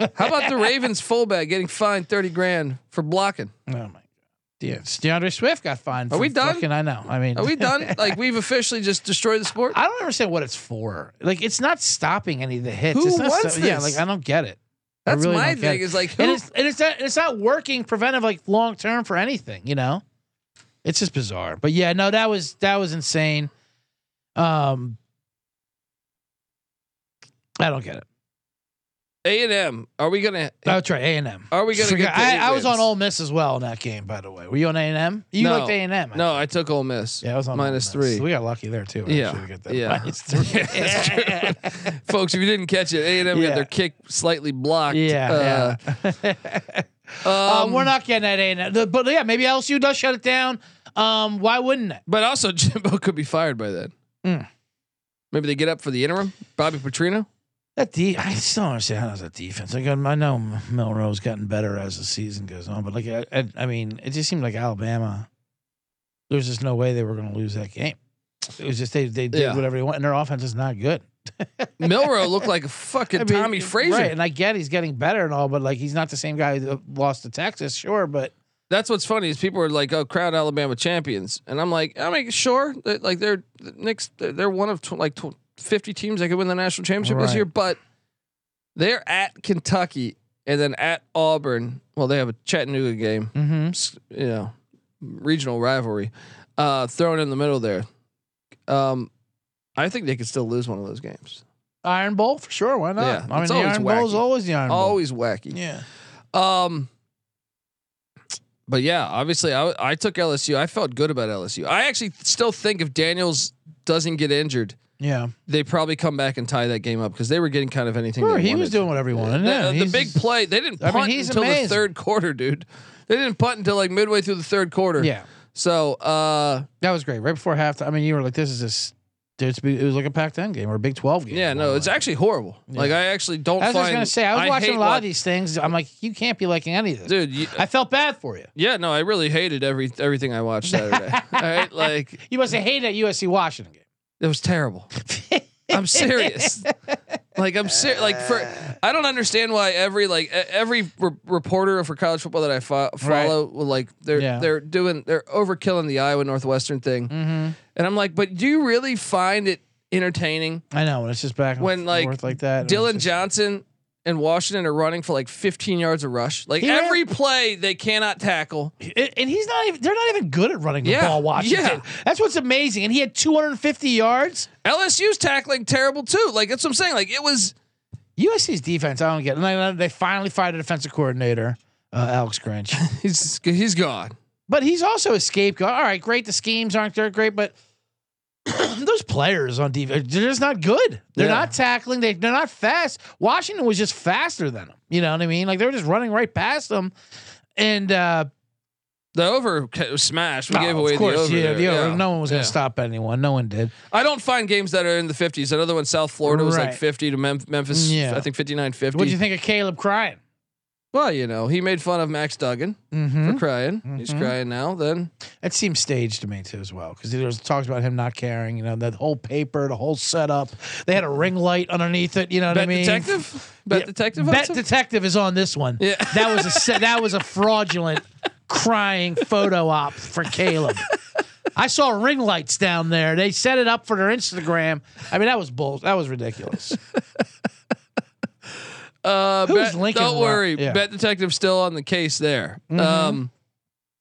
How about the Ravens fullback getting fined thirty grand for blocking? Oh my god. Yeah, it's DeAndre Swift got fined. Are for we done? fucking- I know. I mean, Are we done? Like we've officially just destroyed the sport. I don't understand what it's for. Like, it's not stopping any of the hits. Who it's not wants Yeah, this? like I don't get it. I That's really my don't get thing. it. Is like who, and it's and it's not it's not working preventive like long term for anything, you know. It's just bizarre, but yeah, no, that was that was insane. Um, I don't get it. A and M. Are we gonna? That's right, A and M. Are we gonna get to eight I, I was on wins? Ole Miss as well in that game, by the way. Were you on A and M? You No. liked A and M? No, I took Ole Miss. yeah, I was on Ole minus Miss. three. We got lucky there too. Yeah, actually, to get that yeah. minus three. Yeah, that's true. Folks, if you didn't catch it, A and M Yeah. got their kick slightly blocked. yeah, yeah. Uh, Um, um, we're not getting that A and M, but yeah, maybe LSU does shut it down. Um, why wouldn't it? But also, Jimbo could be fired by then. Mm. Maybe they get up for the interim. Bobby Petrino. That de- I still don't understand how that's a defense. Like um, I know Melrose gotten better as the season goes on, but like I, I, I mean, it just seemed like Alabama. There's just no way they were going to lose that game. It was just they they did Yeah. whatever they want, and their offense is not good. Milrow looked like a fucking I mean, Tommy Frazier. right? And I get he's getting better and all, but like he's not the same guy that lost to Texas, sure, but That's what's funny is people are like, "Oh, crown Alabama champions," and I'm like, "I'm like, sure, that, like they're the next, they're- they're one of tw- like tw- 50 teams that could win the national championship this Right. year, but they're at Kentucky and then at Auburn. Well, they have a Chattanooga game, mm-hmm. s- you know, regional rivalry, uh, thrown in the middle there. Um, I think they could still lose one of those games. Iron Bowl for sure. Why not? Yeah, I mean, it's the always Iron Bowl is wacky. always the Iron Bowl. Always wacky. Yeah, Um, but yeah, obviously, I I took LSU. I felt good about LSU. I actually still think if Daniels doesn't get injured, yeah. they probably come back and tie that game up because they were getting kind of anything. Sure, they he wanted. was doing whatever he The, wanted. yeah, the he's big just- play. They didn't I mean, punt he's until amazing. the third quarter, dude. They didn't punt until like midway through the third quarter. Yeah. So, uh, That was great. Right before halftime, I mean, you were like, "This is this." dude, It's, it was like a Pac-10 game or a Big 12 game. yeah, no, it's actually horrible. Like I actually don't. As I was find- gonna say, I was watching hate a lot wa- of these things. I'm like, you can't be liking any of this. Dude, you, I felt bad for you. yeah, no, I really hated every everything I watched Saturday. All right, like You must have hated that USC Washington game. It was terrible. I'm serious. Like I'm serious. Like for I don't understand why every like e- every re- reporter for college football that I fo- follow, will like they're Yeah. they're doing they're overkilling the Iowa Northwestern thing, Mm-hmm. and I'm like, but do you really find it entertaining I know when it's just back and When, like, forth like that. and it's Dylan just- Johnson and Washington are running for like 15 yards a rush? Like He ran- every play they cannot tackle. and- and he's not even. They're not even good at running the Yeah, ball. Washington. That's what's amazing. And he had 250 yards. LSU's tackling terrible too. Like that's what I'm saying. Like it was USC's defense, I don't get. It. And then They finally fired a defensive coordinator, uh, Alex Grinch. he's he's gone. But he's also a scapegoat. All right, great. The schemes aren't that great, but those players on defense, they're just not good. They're Yeah. not tackling. They, they're not fast. Washington was just faster than them. You know what I mean? Like they were just running right past them. And uh, The over ca- smash. We Oh, gave away of course, the over. yeah, there. the over. No one was going Yeah. to stop anyone. No one did. I don't find games that are in the 50s. Another one, South Florida was like Right. 50 to Mem- Memphis. Yeah. I think 59 50. What do you think of Caleb crying? Well, you know, he made fun of Max Duggan Mm-hmm. for crying. He's Mhm. crying now. Then That seems staged to me too, as well, because there was talks about him not caring. You know, that whole paper, the whole setup. They had a ring light underneath it. You know what bet I mean? detective, bet Yeah, detective, Bet Hudson? detective is on this one. Yeah. that was a se- that was a fraudulent crying photo op for Caleb. I saw ring lights down there. They set it up for their Instagram. I mean, that was bull. That was ridiculous. uh, who's bet, Lincoln Don't Ro- worry, yeah. bet detective's still on the case there. Mhm. Um,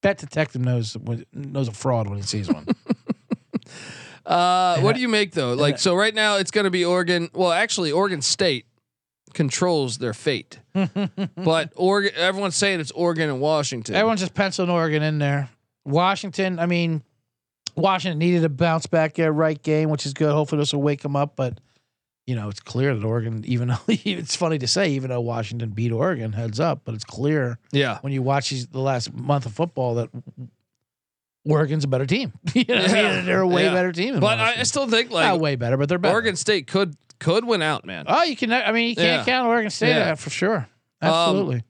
Bet detective knows when- knows a fraud when he sees one. uh, And what I- do you make though? Like, I- so right now it's going to be Oregon. Well, actually, Oregon State controls their fate, Mm-hmm. but Oregon. Everyone's saying it's Oregon and Washington. Everyone's just penciling Oregon in there. Washington, I mean, Washington needed a bounce back uh, right game, which is good. Hopefully this will wake them up. But you know, it's clear that Oregon, even though it's funny to say, even though Washington beat Oregon heads up, but it's clear yeah, when you watch these, the last month of football that Oregon's a better team. you know, what I mean? Yeah. they're a way Yeah. better team. than but I, I Washington. still think not like way better, but they're better. Oregon State could could win out, man. Oh, you can. I mean, you can't Yeah. count Oregon State Yeah. out for sure. Um, Absolutely.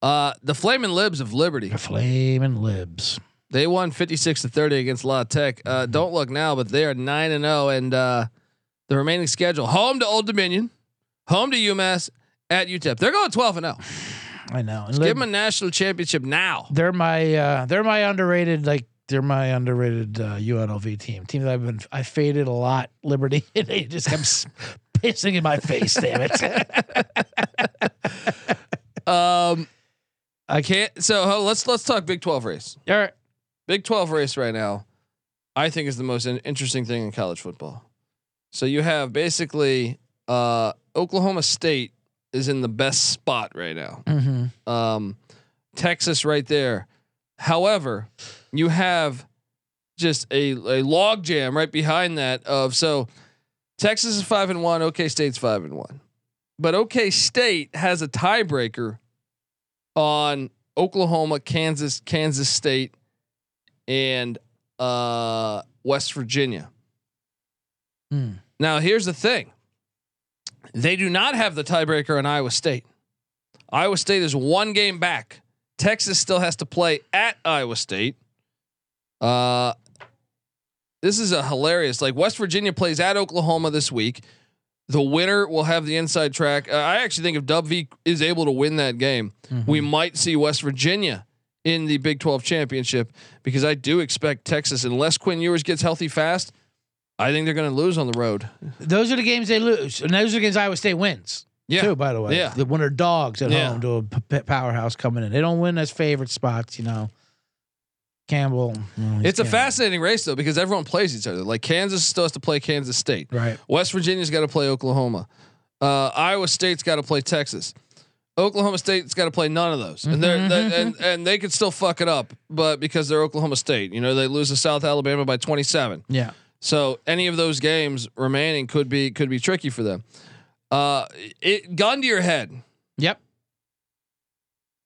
Uh, the Flamin' Libs of Liberty. they're flaming libs. They won 56 to 30 against La Tech. Uh, don't look now, but they are 9 and 0 and uh, the remaining schedule home to Old Dominion, home to UMass at UTEP. They're going 12 and 0. I know. And Just give Lib- them a national championship now. they're my uh they're my underrated like they're my underrated uh, UNLV team. Team that I've been I faded a lot. Liberty, and they just kept s- pissing in my face. Damn it! Um I can't. can't so hold- let's let's talk Big 12 race. All right. Big 12 race right now I think is the most in- interesting thing in college football. So you have basically uh Oklahoma State is in the best spot right now. Mm-hmm. um, Texas right there. However, you have just a, a log jam right behind that of so Texas is five and one, OK State's five and one. But OK State has a tiebreaker on Oklahoma, Kansas, Kansas State, and uh, West Virginia. Mm. Now, here's the thing they do not have the tiebreaker on Iowa State. Iowa State is one game back. Texas still has to play at Iowa State. Uh, this is a hilarious. Like West Virginia plays at Oklahoma this week. The winner will have the inside track. Uh, I actually think if Dub V is able to win that game, Mm-hmm. we might see West Virginia in the Big 12 championship because I do expect Texas, unless Quinn Ewers gets healthy fast, I think they're going to lose on the road. Those are the games they lose, and those are the games Iowa State wins Yeah. too. By the way, Yeah. the when they're dogs at Yeah. home to a p- p- powerhouse coming in, they don't win as favorite spots. You know, Campbell. you know, he's It's a Campbell. fascinating race though because everyone plays each other. Like Kansas still has to play Kansas State. right. West Virginia's got to play Oklahoma. Uh, Iowa State's got to play Texas. Oklahoma State's got to play none of those, and they're, they Mm-hmm. and and they could still fuck it up, but because they're Oklahoma State, you know they lose to South Alabama by twenty seven. Yeah. So any of those games remaining could be could be tricky for them. Uh, it gun to your head Yep.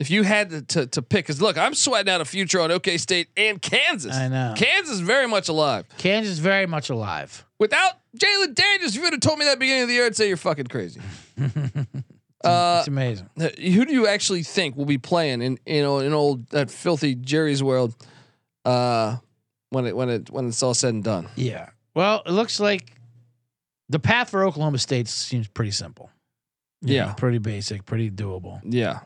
if you had to to, to pick. Because look, I'm sweating out a future on OK State and Kansas. I know. Kansas is very much alive. Kansas is very much alive. Without Jalen Daniels, if you would have told me that beginning of the year, I'd say you're fucking crazy. it's amazing. Uh, who do you actually think will be playing in you know in old that filthy Jerry's world uh when it when it when it's all said and done? Yeah. Well, it looks like the path for Oklahoma State seems pretty simple. You Yeah. know, pretty basic, pretty doable. Yeah.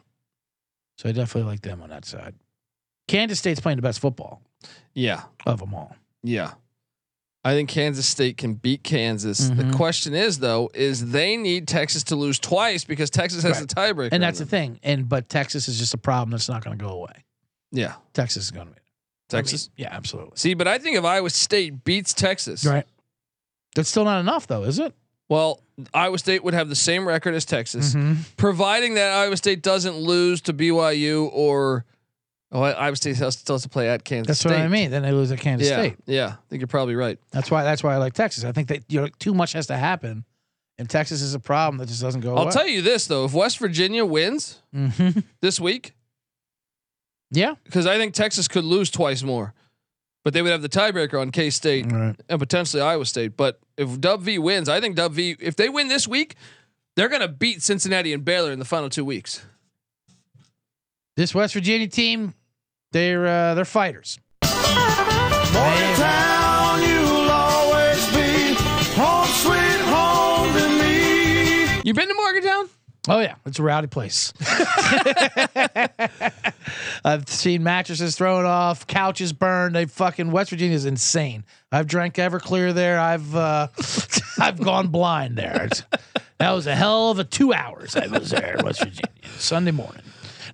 So I definitely like them on that side. Kansas State's playing the best football Yeah. of them all. Yeah. I think Kansas State can beat Kansas. Mhm. The question is though is they need Texas to lose twice because Texas has Right. the tiebreaker. on And that's the them. thing. And but Texas is just a problem that's not going to go away. Yeah. Texas is going to be. I mean, Texas. yeah, absolutely. See, but I think if Iowa State beats Texas, Right. That's still not enough though, is it? well, Iowa State would have the same record as Mm-hmm. Texas. providing that Iowa State doesn't lose to BYU or oh, I- Iowa State has still has to play at Kansas. That's State. what I mean. Then they lose at Kansas Yeah, State. yeah. I think you're probably right. That's why that's why I like Texas. I think that you know too much has to happen. And Texas is a problem that just doesn't go I'll away. tell you this though: if West Virginia wins Mm-hmm. this week, Yeah. because I think Texas could lose twice more, but they would have the tiebreaker on K State All right. and potentially Iowa State. But if Dub V wins, I think Dub V, if they win this week, they're going to beat Cincinnati and Baylor in the final two weeks. This West Virginia team, they're uh, they're fighters. They- You been to Morgantown? Oh yeah, it's a rowdy place. I've seen mattresses thrown off, couches burned. They fucking West Virginia's insane. I've drank Everclear there. I've uh, I've gone blind there. It's- that was a hell of a two hours I was there in West Virginia Sunday morning.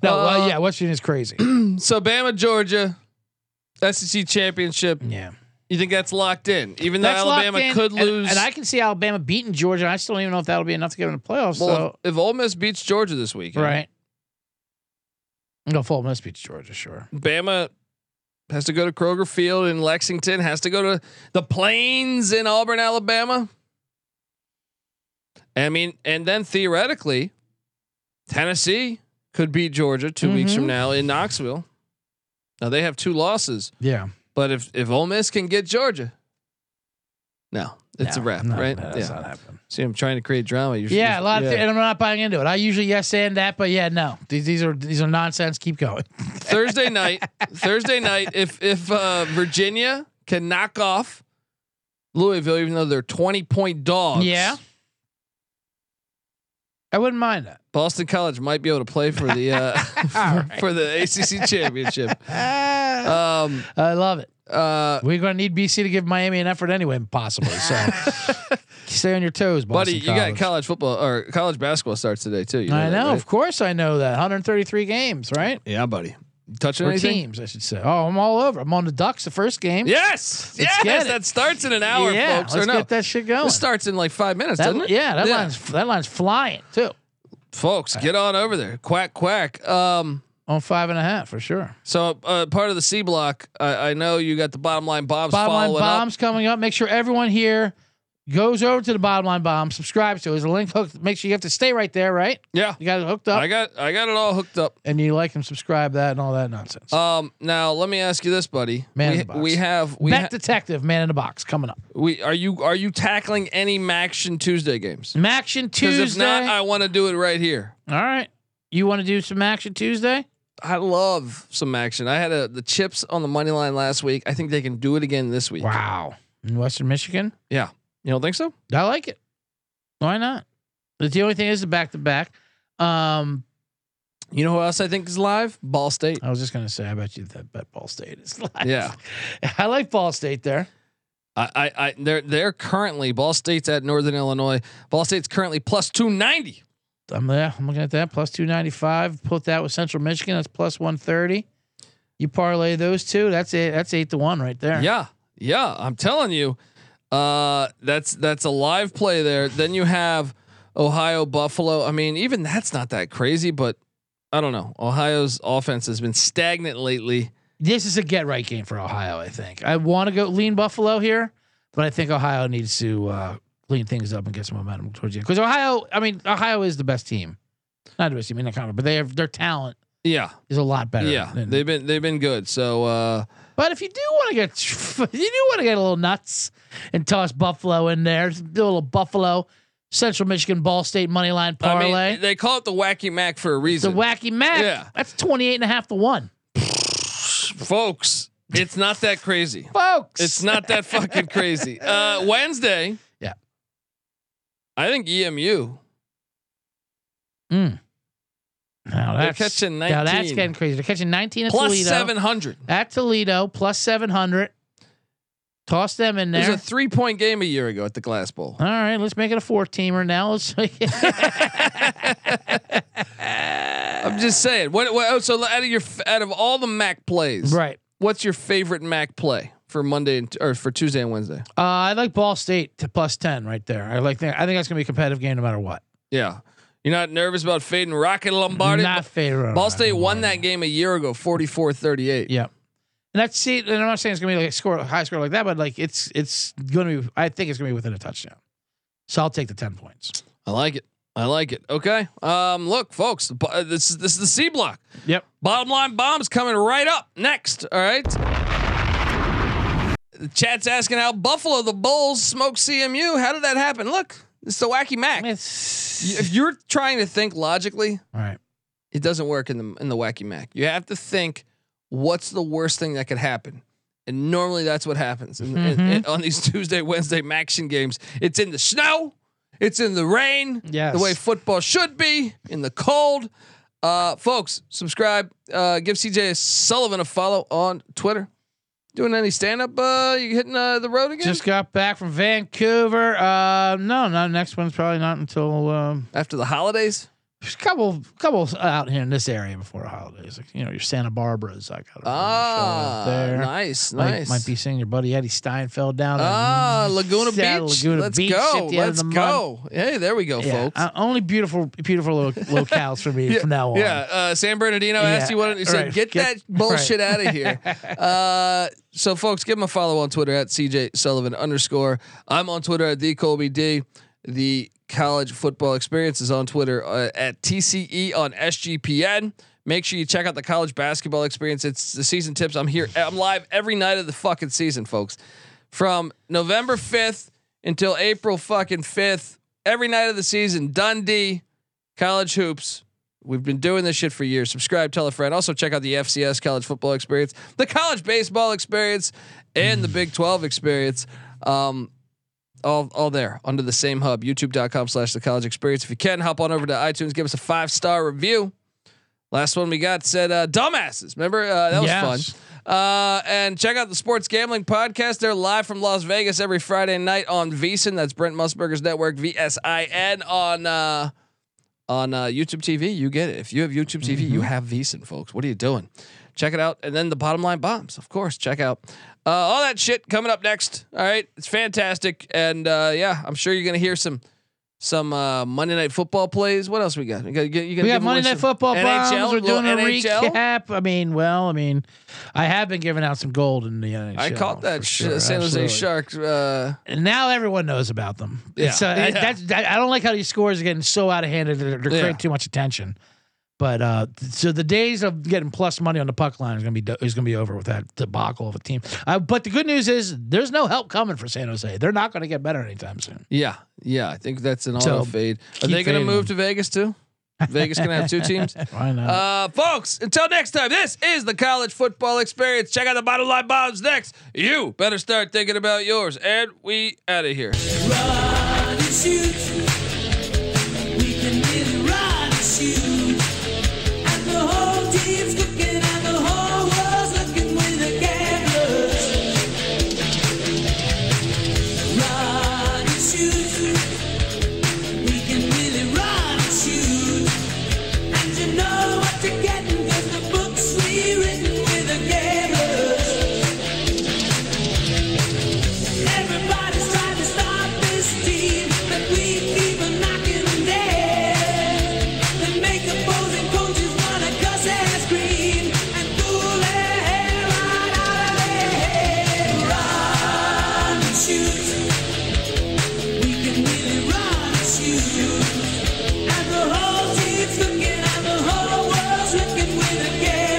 No, well, Uh, yeah, West Virginia's crazy. So Bama, Georgia, SEC championship. Yeah, You think that's locked in? Even though Alabama locked in, could and- lose. and, I can see Alabama beating Georgia. I still don't even know if that'll be enough to get in the playoffs. well, if, if Ole Miss beats Georgia this week, so right, no, Full Miss beats Georgia, sure. Bama has to go to Kroger Field in Lexington, has to go to the Plains in Auburn, Alabama. I mean, and then theoretically, Tennessee could beat Georgia 2 weeks from Mhm. now in Knoxville. Now they have two losses, Yeah. but if if Ole Miss can get Georgia, no, it's a wrap, right? That's Yeah. not happening. See, I'm trying to create drama. You're, Yeah, a you're- lot of, yeah. and I'm not buying into it. I usually yes and that, but yeah, no. These these are these are nonsense. Keep going. Thursday night, Thursday night. If if uh, Virginia can knock off Louisville, even though they're twenty point dogs, Yeah. I wouldn't mind that. Boston College might be able to play for the uh, for, for the ACC championship. Ah, Um, I love it. uh, We're gonna need BC to give Miami an effort anyway, possibly. So stay on your toes, buddy, Boston you got college football or college basketball starts today too. You that, I know, right? of course, I know that. 133 games, right? Yeah, buddy. You touching Or anything? teams, I should say. Oh, I'm all over. I'm on the Ducks, the first game. Yes, Let's yes. get it. That starts in an hour, yeah. folks. Let's or no, get that shit going. this starts in like five minutes, That- doesn't it? Yeah, that line's that line's flying too. folks, get on over there. Quack quack. Um, On five and a half for sure. So uh, part of the C block, I, I know you got the bottom line bombs Bottom line following bombs coming up. Make sure everyone here goes over to the bottom line bomb, subscribes to it. There's a link hooked. Make sure you have to stay right there, right? up. Yeah, You got it hooked up I got I got it all hooked up. and you like and subscribe that and all that nonsense. Um, now let me ask you this, buddy. Man we, in the box. we have we Bet ha- Detective, Man in the Box coming up. we are you are you tackling any Maction Tuesday games? Maction Because Tuesday. if not, I want to do it right here. all right. You want to do some Action Tuesday? I love some action. I had a, the chips on the money line last week. I think they can do it again this week. Wow. In Western Michigan? You don't think so? I like it. Why not? But the only thing is the back to back. Um, You know who else I think is live? Ball State. I was just gonna say, I bet you that bet Ball State is live. Yeah. I like Ball State there. I, I, I they're they're currently Ball State's at Northern Illinois. Ball State's currently plus two ninety. I'm there. I'm looking at that plus two ninety five. Put that with Central Michigan. That's plus one thirty. You parlay those two. That's it. That's eight to one right there. Yeah, yeah, I'm telling you, uh, that's that's a live play there. Then you have Ohio Buffalo. I mean, even that's not that crazy, but I don't know. Ohio's offense has been stagnant lately. This is a get right game for Ohio. I think. I want to go lean Buffalo here, but I think Ohio needs to uh, clean things up and get some momentum towards you. Because Ohio, I mean, Ohio is the best team. Not the best team in the conference, but they have their talent Yeah, is a lot better. yeah, than- they've been they've been good. So uh, But if you do want to get, you do want to get a little nuts and toss Buffalo in there. Do a little Buffalo, Central Michigan, Ball State money line parlay. I mean, they call it the wacky mac for a it's a reason, wacky mac. Yeah. That's 28 and a half to one, folks. It's not that crazy. folks. It's not that fucking crazy. Uh, Wednesday. Yeah. I think E EMU. Mm. Now They're that's catching 19. now that's getting crazy. They're catching 19 at plus Toledo. 700. at Toledo plus 700. Toss them in It there. was a three point game a year ago at the Glass Bowl. All right, let's make it a four teamer now. Let's. I'm just saying. What, what? oh, So out of your out of all the MAC plays, right. What's your favorite MAC play for Monday and, or for Tuesday and Wednesday? Uh, I like Ball State to plus ten right there. I like that. I think that's gonna be a competitive game no matter what. Yeah, you're not nervous about fading Rocket Lombardi. Not favorite. Ball State won that game a year ago, 44-38. Yeah. And that's see. And I'm not saying it's gonna be like a score a high score like that, but like it's it's gonna be. I think it's gonna be within a touchdown. So I'll take the ten points. I like it. I like it. Okay. Um, look, folks, the bo- uh, this is this is the C block. Yep. Bottom line bombs coming right up next. All right. The chat's asking how Buffalo the Bulls smoked CMU. How did that happen? Look, it's the wacky Mac. Y- It's, If you're trying to think logically, all right. it doesn't work in the in the wacky Mac. You have to think, what's the worst thing that could happen? And normally that's what happens in, in- in- on these Tuesday, Wednesday Maction games. It's in the snow. It's in the rain Yes. the way football should be in the cold. Uh, folks, subscribe. Uh, give CJ Sullivan a follow on Twitter. Doing any stand up? Uh, you hitting uh, the road again? Just got back from Vancouver. Uh, no, no. Next one's probably not until um, after the holidays. there's a couple, couple out here in this area before the holidays. Like, you know, your Santa Barbara's. I got a Ah, show up there. nice, Might, nice. might be seeing your buddy Eddie Steinfeld down. in ah, Laguna Sa- Beach. Laguna Let's Beach go. at the end of Let's the month. go. Hey, there we go, Yeah, folks. uh, only beautiful, beautiful lo- locales for me from now on. Yeah, uh, San Bernardino asked Yeah, you what he said. right. Get, Get- that bullshit out of here. Uh, so, folks, give him a follow on Twitter at CJ Sullivan underscore. I'm on Twitter at the Colby D. The College Football Experience is on Twitter uh, at TCE on SGPN. Make sure you check out the College Basketball Experience. It's the season tips. I'm here. I'm live every night of the fucking season, folks. From November 5th until April fucking 5th, every night of the season, Dundee, College Hoops. We've been doing this shit for years. Subscribe, tell a friend. Also, check out the FCS college football experience, the college baseball experience, and the Big 12 experience. Um, all, all there under the same hub, youtube.com slash the college experience. If you can, hop on over to iTunes, give us a five star review. Last one we got said, uh, dumbasses. Remember? Uh, that was Yes. fun. Uh, and check out the Sports Gambling Podcast. They're live from Las Vegas every Friday night on VSIN. That's Brent Musburger's network, VSIN, on. Uh, on uh, YouTube TV. You get it. If you have YouTube TV, Mm-hmm. you have Veasan, folks. What are you doing? Check it out. And then the bottom line bombs, of course. Check out uh, all that shit coming up next. All right, it's fantastic. And uh, yeah, I'm sure you're gonna hear some some uh, Monday Night Football plays. What else we got? You got, you got you We gonna got give away Monday Night some Football NHL, bombs. We're doing a little NHL? recap. I mean, well, I mean, I have been giving out some gold in the NHL. I caught for that sh- sure, San Jose absolutely. Sharks. Uh, And now everyone knows about them. Yeah. It's, uh, I, Yeah. that's, that, I don't like how these scores are getting so out of hand. that They're, they're Yeah. creating too much attention. But uh, so the days of getting plus money on the puck line is gonna be do- is gonna be over with that debacle of a team. Uh, but the good news is there's no help coming for San Jose. They're not gonna get better anytime soon. yeah, yeah. I think that's an So, auto fade. Are keep they gonna fading move them. to Vegas too? Vegas gonna have two teams. Why not? Uh, folks, until next time, this is the college football experience. Check out the bottom line bombs next. You better start thinking about yours. And we out of here. Run and shoot. We can really run and shoot. And the whole team's cooking and the whole world's looking with the cameras. Run and shoot. We can really run and shoot. And you know what you're getting 'cause the book's rewritten with the cameras. Everybody's trying to stop this team, but we keep on knocking them dead. They make opposing coaches wanna cuss and scream and pull their hair right out of their head. Run and shoot.